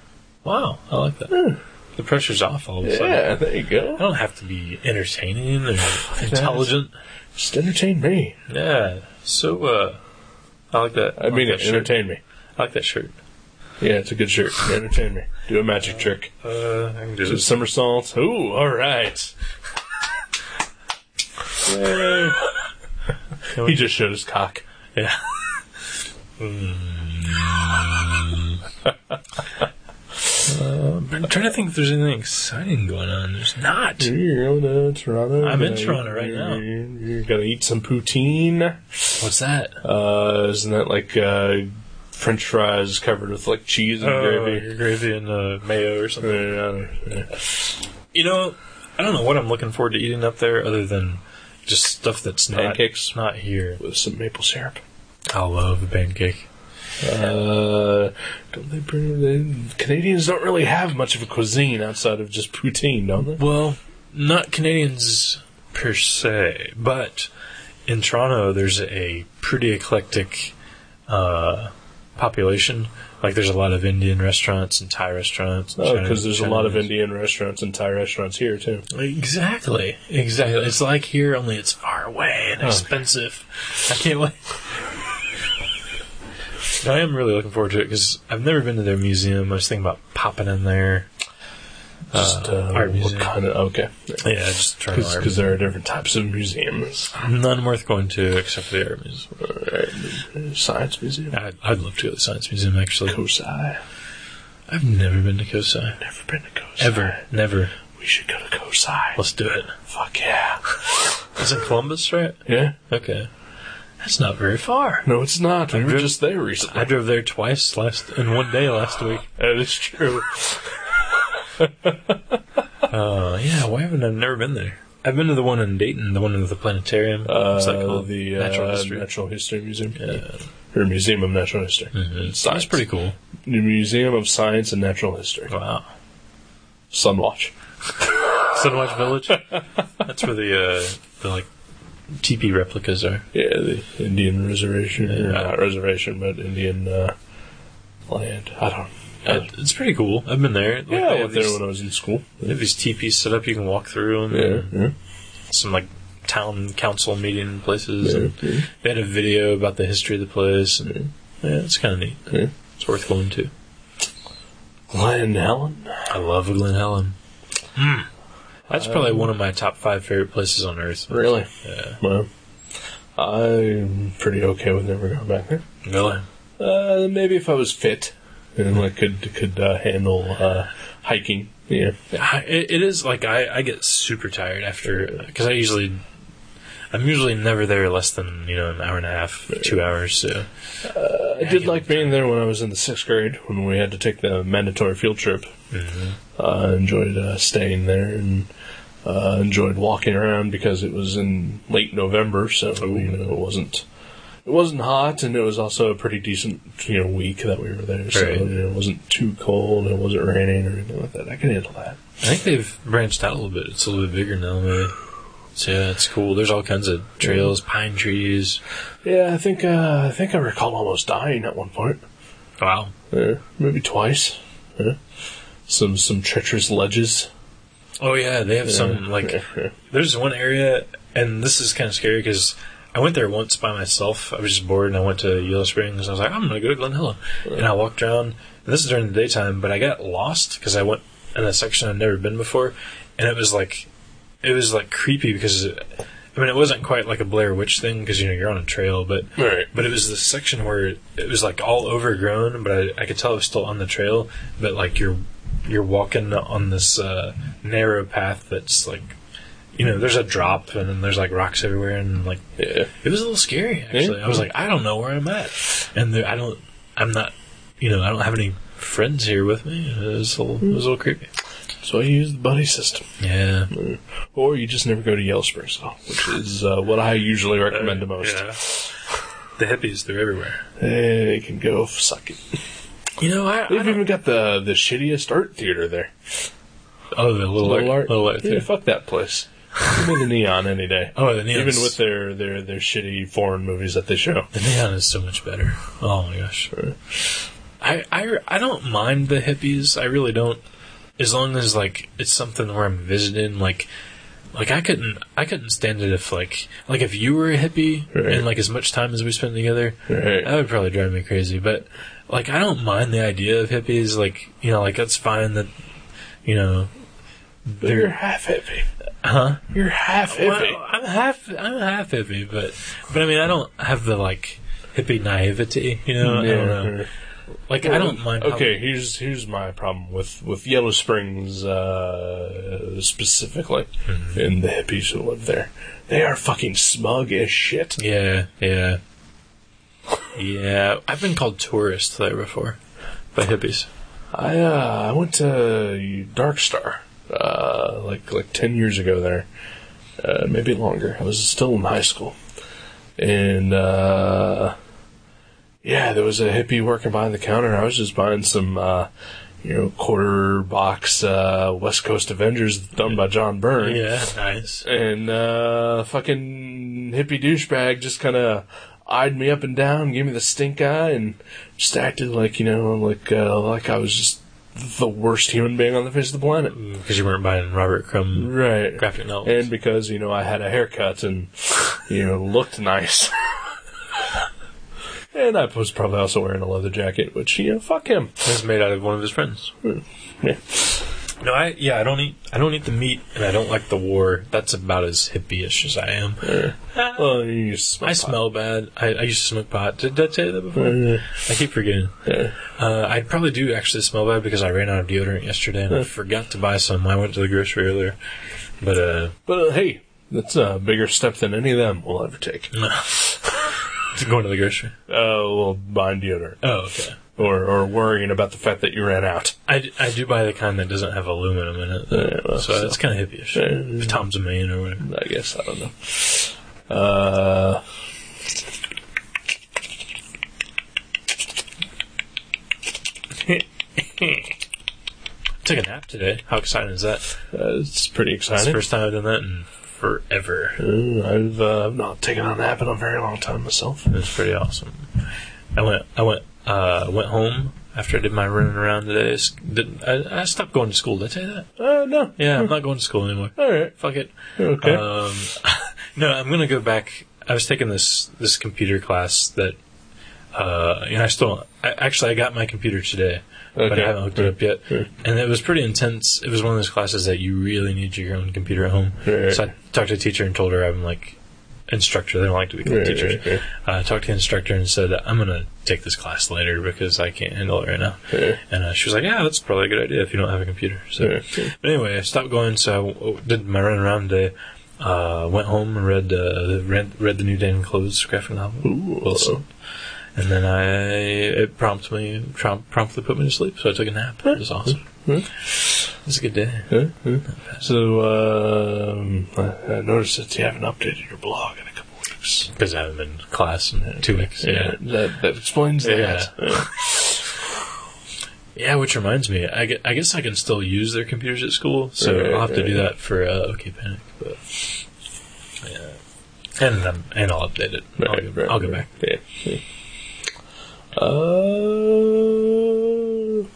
[SPEAKER 3] wow. I like that. The pressure's off all of a sudden.
[SPEAKER 2] Hmm. Yeah, there you
[SPEAKER 3] I
[SPEAKER 2] go.
[SPEAKER 3] don't have to be entertaining or intelligent.
[SPEAKER 2] Just entertain me.
[SPEAKER 3] Yeah. So, uh, I like that.
[SPEAKER 2] I mean,
[SPEAKER 3] like
[SPEAKER 2] it,
[SPEAKER 3] that shirt.
[SPEAKER 2] entertain me.
[SPEAKER 3] I like that shirt.
[SPEAKER 2] Yeah, it's a good shirt. entertain me. Do a magic trick.
[SPEAKER 3] Uh, I can do
[SPEAKER 2] Do a
[SPEAKER 3] this.
[SPEAKER 2] somersault. Ooh, all right. Yay. he just showed his cock.
[SPEAKER 3] Yeah. I'm trying to think if there's anything exciting going on. There's not.
[SPEAKER 2] You're going to Toronto.
[SPEAKER 3] I'm in
[SPEAKER 2] tonight.
[SPEAKER 3] Toronto right now.
[SPEAKER 2] You're, you're gonna eat some poutine.
[SPEAKER 3] What's that?
[SPEAKER 2] Uh, isn't that like uh, French fries covered with like cheese
[SPEAKER 3] Oh,
[SPEAKER 2] and gravy?
[SPEAKER 3] gravy. gravy and uh, mayo or something.
[SPEAKER 2] Yeah, yeah.
[SPEAKER 3] You know, I don't know what I'm looking forward to eating up there other than just stuff that's not,
[SPEAKER 2] Pancakes?
[SPEAKER 3] not here.
[SPEAKER 2] With some maple syrup.
[SPEAKER 3] I love a pancake.
[SPEAKER 2] Uh, don't they bring? They, Canadians don't really have much of a cuisine outside of just poutine, don't they?
[SPEAKER 3] Well, not Canadians per se, but in Toronto, there's a pretty eclectic uh, population. Like, there's a lot of Indian restaurants and Thai restaurants. and
[SPEAKER 2] Oh,
[SPEAKER 3] China-
[SPEAKER 2] because there's a lot of
[SPEAKER 3] Chinese.
[SPEAKER 2] Indian restaurants and Thai restaurants here too.
[SPEAKER 3] Exactly, exactly. It's like here, only it's far away and expensive. I can't wait. But I am really looking forward to it because I've never been to their museum. I was thinking about popping in there.
[SPEAKER 2] Just uh,
[SPEAKER 3] art
[SPEAKER 2] what
[SPEAKER 3] museum.
[SPEAKER 2] kind of okay?
[SPEAKER 3] Yeah, just trying to.
[SPEAKER 2] Because there are different types of museums.
[SPEAKER 3] None worth going to except for the art museum.
[SPEAKER 2] Science museum,
[SPEAKER 3] I'd, I'd love to go to the science museum. Actually,
[SPEAKER 2] Kosai.
[SPEAKER 3] I've never been to Kosai.
[SPEAKER 2] Never been to Kosai.
[SPEAKER 3] Ever, never.
[SPEAKER 2] We should go to Kosai.
[SPEAKER 3] Let's do it.
[SPEAKER 2] Fuck yeah.
[SPEAKER 3] It's in Columbus, right?
[SPEAKER 2] yeah.
[SPEAKER 3] Okay, that's not very far.
[SPEAKER 2] No, it's not. We were
[SPEAKER 3] driv-
[SPEAKER 2] just there recently.
[SPEAKER 3] I drove there twice last in one day last week.
[SPEAKER 2] That is true.
[SPEAKER 3] Uh, yeah, why haven't I never been there? I've been to the one in Dayton, the one in the planetarium. What's that
[SPEAKER 2] Uh,
[SPEAKER 3] called?
[SPEAKER 2] the uh,
[SPEAKER 3] Natural History.
[SPEAKER 2] Natural History Museum. Or Museum of Natural History. It's
[SPEAKER 3] That's Mm-hmm. pretty cool. Oh.
[SPEAKER 2] The Museum of Science and Natural History.
[SPEAKER 3] Wow.
[SPEAKER 2] Sunwatch.
[SPEAKER 3] Sunwatch Village. That's where the uh, the like teepee replicas are.
[SPEAKER 2] Yeah, the Indian reservation. or
[SPEAKER 3] Yeah.
[SPEAKER 2] Not reservation, but Indian uh, land. I don't
[SPEAKER 3] Uh, it's pretty cool. I've been there. Like,
[SPEAKER 2] yeah,
[SPEAKER 3] they
[SPEAKER 2] I
[SPEAKER 3] have
[SPEAKER 2] went there
[SPEAKER 3] these-
[SPEAKER 2] when I was in school.
[SPEAKER 3] They have these teepees set up. You can walk through them.
[SPEAKER 2] Yeah, yeah.
[SPEAKER 3] Some like town council meeting places.
[SPEAKER 2] yeah,
[SPEAKER 3] And they had a video about the history of the place. And, yeah, it's kind of neat.
[SPEAKER 2] yeah.
[SPEAKER 3] It's worth going to.
[SPEAKER 2] Glen Helen?
[SPEAKER 3] I love Glen Helen. That's probably one of my top five favorite places on earth.
[SPEAKER 2] Really?
[SPEAKER 3] Yeah.
[SPEAKER 2] Well, I'm pretty okay with never going back there.
[SPEAKER 3] Really?
[SPEAKER 2] Uh, maybe if I was fit and like could could uh, handle uh, hiking. Yeah,
[SPEAKER 3] I, it it is like I, I get super tired after because I usually I'm usually never there less than you know an hour and a half, two hours. So
[SPEAKER 2] I did like being there when I was in the sixth grade when we had to take the mandatory field trip. Uh, I enjoyed uh, staying there and uh, enjoyed walking around because it was in late November, so you know it wasn't it wasn't hot and it was also a pretty decent you know week that we were there, so
[SPEAKER 3] Right.
[SPEAKER 2] you know, it wasn't too cold, it wasn't raining or anything like that. I can handle that.
[SPEAKER 3] I think they've branched out a little bit. It's a little bit bigger now. Maybe. So yeah, it's cool. There's all kinds of trails, pine trees.
[SPEAKER 2] Yeah, I think uh, I think I recall almost dying at one point.
[SPEAKER 3] Wow.
[SPEAKER 2] Yeah, maybe twice. Yeah. some some treacherous ledges.
[SPEAKER 3] Oh yeah, they have some like there's one area, and this is kind of scary because I went there once by myself. I was just bored, and I went to Yellow Springs, and I was like, I'm gonna go to Glen Helen, and I walked around. And this is during the daytime, but I got lost because I went in a section I'd never been before, and it was like, it was like creepy because. It, I mean, it wasn't quite like a Blair Witch thing because you know you're on a trail, but
[SPEAKER 2] Right.
[SPEAKER 3] but it was the section where it was like all overgrown, but I, I could tell it was still on the trail. But like you're you're walking on this uh, narrow path that's like you know there's a drop and then there's like rocks everywhere and like
[SPEAKER 2] yeah.
[SPEAKER 3] it was a little scary actually. I was like I don't know where I'm at, and there, I don't I'm not you know I don't have any friends here with me. It was a little, it was a little creepy.
[SPEAKER 2] So you use the buddy system,
[SPEAKER 3] Yeah,
[SPEAKER 2] or you just never go to Yellow Springs at all, which is uh, what I usually recommend the most.
[SPEAKER 3] Yeah. The hippies they're everywhere.
[SPEAKER 2] They can go f- suck it.
[SPEAKER 3] You know I, I
[SPEAKER 2] They've
[SPEAKER 3] don't,
[SPEAKER 2] even got the the shittiest art theater there.
[SPEAKER 3] oh the little,
[SPEAKER 2] Little art,
[SPEAKER 3] little art
[SPEAKER 2] yeah,
[SPEAKER 3] theater.
[SPEAKER 2] fuck that place. Give me the neon any day.
[SPEAKER 3] Oh, the neons.
[SPEAKER 2] Even with their, their, their shitty foreign movies that they show.
[SPEAKER 3] The neon is so much better. Oh my gosh. I, I, I don't mind the hippies. I really don't. As long as like it's something where I'm visiting, like, like I couldn't I couldn't stand it if like like if you were a hippie
[SPEAKER 2] Right.
[SPEAKER 3] and like as much time as we spend together,
[SPEAKER 2] Right.
[SPEAKER 3] that would probably drive me crazy. But like I don't mind the idea of hippies. Like you know, like that's fine. That you know,
[SPEAKER 2] But you're half hippie.
[SPEAKER 3] huh?
[SPEAKER 2] You're half hippie.
[SPEAKER 3] Well, I'm half I'm half hippie, but but I mean I don't have the like hippie naivety. You know, I don't know. Like I don't mind. how-
[SPEAKER 2] Okay, here's here's my problem with with Yellow Springs uh, specifically,
[SPEAKER 3] Mm-hmm.
[SPEAKER 2] and the hippies who live there. They are fucking smug as shit.
[SPEAKER 3] yeah, yeah, yeah. I've been called tourist there before by hippies.
[SPEAKER 2] I uh, I went to Dark Star uh, like like ten years ago there, uh, maybe longer. I was still in high school, and uh, yeah, there was a hippie working behind the counter. I was just buying some uh, you know quarter box uh, West Coast Avengers done by John Byrne.
[SPEAKER 3] Yeah, nice.
[SPEAKER 2] and uh, fucking hippie douchebag just kind of eyed me up and down, gave me the stink eye, and just acted like you know, like uh, like I was just the worst human being on the face of the planet.
[SPEAKER 3] Because you weren't buying Robert Crumb
[SPEAKER 2] Right.
[SPEAKER 3] graphic novels.
[SPEAKER 2] And because you know I had a haircut and you know looked nice. And I was probably also wearing a leather jacket, which you know, fuck him.
[SPEAKER 3] it was made out of one of his friends.
[SPEAKER 2] Yeah.
[SPEAKER 3] No, I yeah, I don't eat I don't eat the meat, and I don't like the war. That's about as hippie-ish as I am.
[SPEAKER 2] Well, you smell
[SPEAKER 3] I
[SPEAKER 2] pot.
[SPEAKER 3] smell bad. I, I used to smoke pot. Did, did I tell you that before? I keep forgetting.
[SPEAKER 2] Yeah.
[SPEAKER 3] Uh, I probably do actually smell bad because I ran out of deodorant yesterday and I forgot to buy some. I went to the grocery earlier, but uh,
[SPEAKER 2] But uh, hey, that's a bigger step than any of them will ever take.
[SPEAKER 3] to going to the grocery.
[SPEAKER 2] Oh, well, buying deodorant.
[SPEAKER 3] Oh, okay.
[SPEAKER 2] or or worrying about the fact that you ran out.
[SPEAKER 3] I, d- I do buy the kind that doesn't have aluminum in it,
[SPEAKER 2] Yeah, well,
[SPEAKER 3] so it's kind of hippie-ish.
[SPEAKER 2] Yeah.
[SPEAKER 3] Tom's a man or whatever.
[SPEAKER 2] I guess I don't know. Uh,
[SPEAKER 3] Took a nap today. How exciting is that?
[SPEAKER 2] uh, it's pretty
[SPEAKER 3] It's the
[SPEAKER 2] exciting.
[SPEAKER 3] first time I've done that in forever.
[SPEAKER 2] Uh, I've uh, I've not taken a nap in a very long time myself.
[SPEAKER 3] It was pretty awesome. I went, I went, uh, went home after I did my running around today. S- Did, I, I stopped going to school. Did I tell you that?
[SPEAKER 2] Uh, no.
[SPEAKER 3] Yeah, I'm not going to school anymore.
[SPEAKER 2] All right.
[SPEAKER 3] Fuck it.
[SPEAKER 2] Okay.
[SPEAKER 3] Um, no, I'm gonna go back. I was taking this this computer class that, uh, you know, I still I, actually I got my computer today, but
[SPEAKER 2] Okay.
[SPEAKER 3] I haven't hooked it up yet.
[SPEAKER 2] Sure.
[SPEAKER 3] And it was pretty intense. It was one of those classes that you really need your own computer at home.
[SPEAKER 2] Right.
[SPEAKER 3] So I talked to the teacher and told her I'm like instructor. They don't like to be called
[SPEAKER 2] Right,
[SPEAKER 3] teachers.
[SPEAKER 2] right, right.
[SPEAKER 3] Uh, I talked to the instructor and said I'm gonna take this class later because I can't handle it right now.
[SPEAKER 2] Right.
[SPEAKER 3] And uh, she was like, Yeah, that's probably a good idea if you don't have a computer. So.
[SPEAKER 2] Right.
[SPEAKER 3] But anyway, I stopped going, so I w- did my run around today. Uh, went home and read, uh, read read the new Dan Close graphic novel,
[SPEAKER 2] Ooh.
[SPEAKER 3] Wilson, and then I it prompted me prompt, promptly put me to sleep, so I took a nap. It was awesome.
[SPEAKER 2] Hmm.
[SPEAKER 3] It was a good day.
[SPEAKER 2] Huh? Huh? So um, I, I noticed that you haven't updated your blog in a couple weeks.
[SPEAKER 3] Because I haven't been to class in two weeks. Yeah.
[SPEAKER 2] That that explains
[SPEAKER 3] Yeah.
[SPEAKER 2] that. Yeah.
[SPEAKER 3] Yeah, which reminds me, I, gue- I guess I can still use their computers at school, so
[SPEAKER 2] Right,
[SPEAKER 3] I'll have to
[SPEAKER 2] right.
[SPEAKER 3] do that for uh, OK Panic. But yeah, and um, and I'll update it. I'll
[SPEAKER 2] Right,
[SPEAKER 3] go,
[SPEAKER 2] right,
[SPEAKER 3] I'll go
[SPEAKER 2] right.
[SPEAKER 3] back.
[SPEAKER 2] Yeah. yeah. Uh,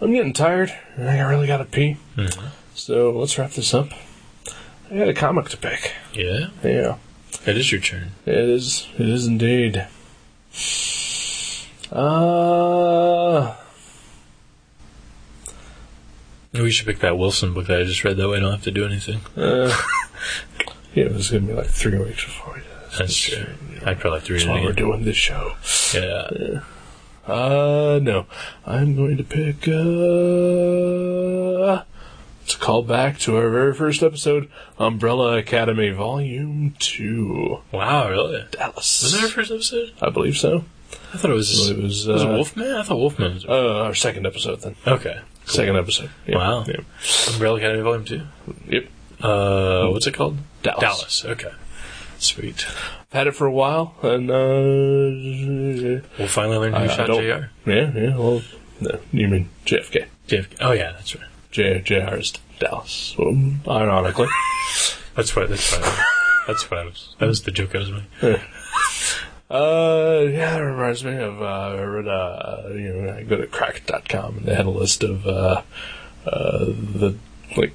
[SPEAKER 2] I'm getting tired, and I really gotta pee.
[SPEAKER 3] Mm-hmm.
[SPEAKER 2] So let's wrap this up. I got a comic to pick.
[SPEAKER 3] Yeah,
[SPEAKER 2] Yeah,
[SPEAKER 3] it is your turn.
[SPEAKER 2] it is. It is indeed. Uh,
[SPEAKER 3] We should pick that Wilson book that I just read. That way, I don't have to do anything.
[SPEAKER 2] uh yeah, it was gonna be like three weeks before we did this.
[SPEAKER 3] That's true. I'd probably have to read
[SPEAKER 2] That's why
[SPEAKER 3] it
[SPEAKER 2] we're
[SPEAKER 3] again.
[SPEAKER 2] doing this show.
[SPEAKER 3] Yeah.
[SPEAKER 2] Uh, no. I'm going to pick, uh, it's a call back to our very first episode, Umbrella Academy Volume 2.
[SPEAKER 3] Wow, really?
[SPEAKER 2] Dallas.
[SPEAKER 3] Was that our first episode?
[SPEAKER 2] I believe so.
[SPEAKER 3] I thought it was.
[SPEAKER 2] Well, it was,
[SPEAKER 3] was it
[SPEAKER 2] uh,
[SPEAKER 3] Wolfman? I thought Wolfman. Was,
[SPEAKER 2] Uh, our second episode then.
[SPEAKER 3] okay.
[SPEAKER 2] Second episode. Yeah.
[SPEAKER 3] Wow.
[SPEAKER 2] Yeah.
[SPEAKER 3] Umbrella Academy Volume Two.
[SPEAKER 2] Yep.
[SPEAKER 3] Uh, what's it called?
[SPEAKER 2] Dallas.
[SPEAKER 3] Dallas. Okay. Sweet.
[SPEAKER 2] I've had it for a while, and, uh,
[SPEAKER 3] We'll finally learn who
[SPEAKER 2] I- I
[SPEAKER 3] shot
[SPEAKER 2] don't-
[SPEAKER 3] Jr.
[SPEAKER 2] yeah, yeah, well, no, you mean JFK.
[SPEAKER 3] JFK. Oh yeah, that's right.
[SPEAKER 2] J, JR is Dallas, um, ironically.
[SPEAKER 3] That's right. That's right. that's what I was. That was the joke I was making.
[SPEAKER 2] Uh, yeah, that reminds me of, uh, I read, uh, you know, I go to crack.com and they had a list of, uh, uh, the, like,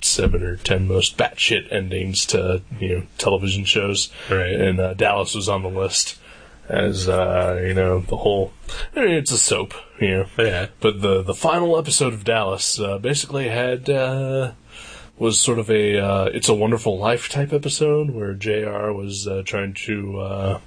[SPEAKER 2] seven or ten most batshit endings to, you know, television shows.
[SPEAKER 3] Right.
[SPEAKER 2] And, uh, Dallas was on the list as, uh, you know, the whole, I mean, it's a soap, you know.
[SPEAKER 3] Yeah.
[SPEAKER 2] But the, the final episode of Dallas, uh, basically had, uh, was sort of a uh, "It's a Wonderful Life" type episode where Jr. was uh, trying to uh,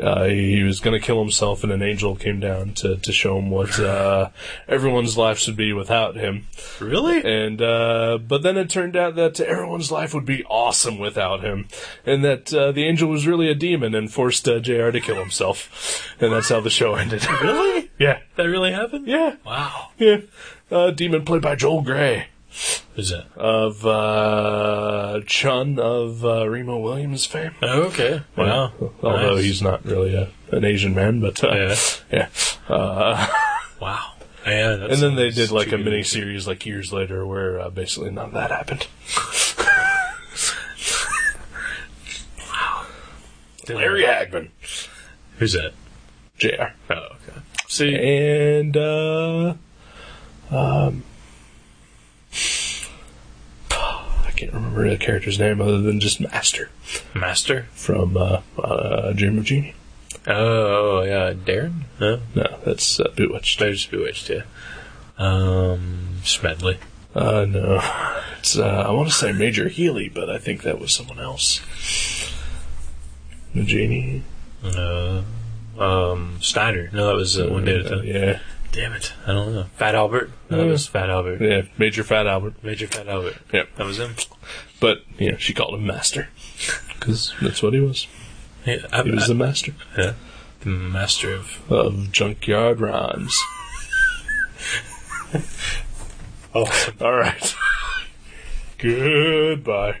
[SPEAKER 2] uh, he was going to kill himself, and an angel came down to to show him what uh, everyone's life should be without him.
[SPEAKER 3] Really?
[SPEAKER 2] And uh, but then it turned out that everyone's life would be awesome without him, and that uh, the angel was really a demon and forced uh, Jr. to kill himself, and that's how the show ended.
[SPEAKER 3] Really?
[SPEAKER 2] yeah,
[SPEAKER 3] That really happened?
[SPEAKER 2] yeah,
[SPEAKER 3] Wow.
[SPEAKER 2] yeah. Uh, demon played by Joel Gray
[SPEAKER 3] Who's that?
[SPEAKER 2] of uh, Chun of uh, Remo Williams fame.
[SPEAKER 3] Oh, okay. Wow.
[SPEAKER 2] Although
[SPEAKER 3] Nice.
[SPEAKER 2] he's not really a, an Asian man, but uh,
[SPEAKER 3] Yeah.
[SPEAKER 2] yeah. Uh,
[SPEAKER 3] Wow. Yeah. that
[SPEAKER 2] and then they
[SPEAKER 3] sounds
[SPEAKER 2] did like
[SPEAKER 3] too
[SPEAKER 2] a
[SPEAKER 3] good.
[SPEAKER 2] mini series like years later where uh, basically none of that happened. Larry Hagman,
[SPEAKER 3] Who's that?
[SPEAKER 2] Jr.
[SPEAKER 3] Oh, okay. See,
[SPEAKER 2] and uh, um, I can't remember the character's name other than just Master
[SPEAKER 3] Master.
[SPEAKER 2] from uh, uh, Jim of Genie.
[SPEAKER 3] Oh, yeah, Darren. No,
[SPEAKER 2] No, that's uh, Bewitched.
[SPEAKER 3] they're just bewitched. Yeah. Um, Smedley.
[SPEAKER 2] Uh, no. It's, uh, I want to say Major Healy, but I think that was someone else. The genie.
[SPEAKER 3] Uh, um, Steiner. No, that was uh, one day at a
[SPEAKER 2] Uh,
[SPEAKER 3] time.
[SPEAKER 2] yeah.
[SPEAKER 3] Damn it, I don't know. Fat Albert. No, that
[SPEAKER 2] Yeah.
[SPEAKER 3] was Fat Albert.
[SPEAKER 2] Yeah, Major Fat Albert.
[SPEAKER 3] Major Fat Albert.
[SPEAKER 2] Yep.
[SPEAKER 3] That was him.
[SPEAKER 2] But, you know, she called him Master. Because that's what he was.
[SPEAKER 3] Yeah, I,
[SPEAKER 2] He was
[SPEAKER 3] I-
[SPEAKER 2] the master
[SPEAKER 3] yeah, the master of
[SPEAKER 2] of junkyard rhymes.
[SPEAKER 3] oh,
[SPEAKER 2] All right. Goodbye.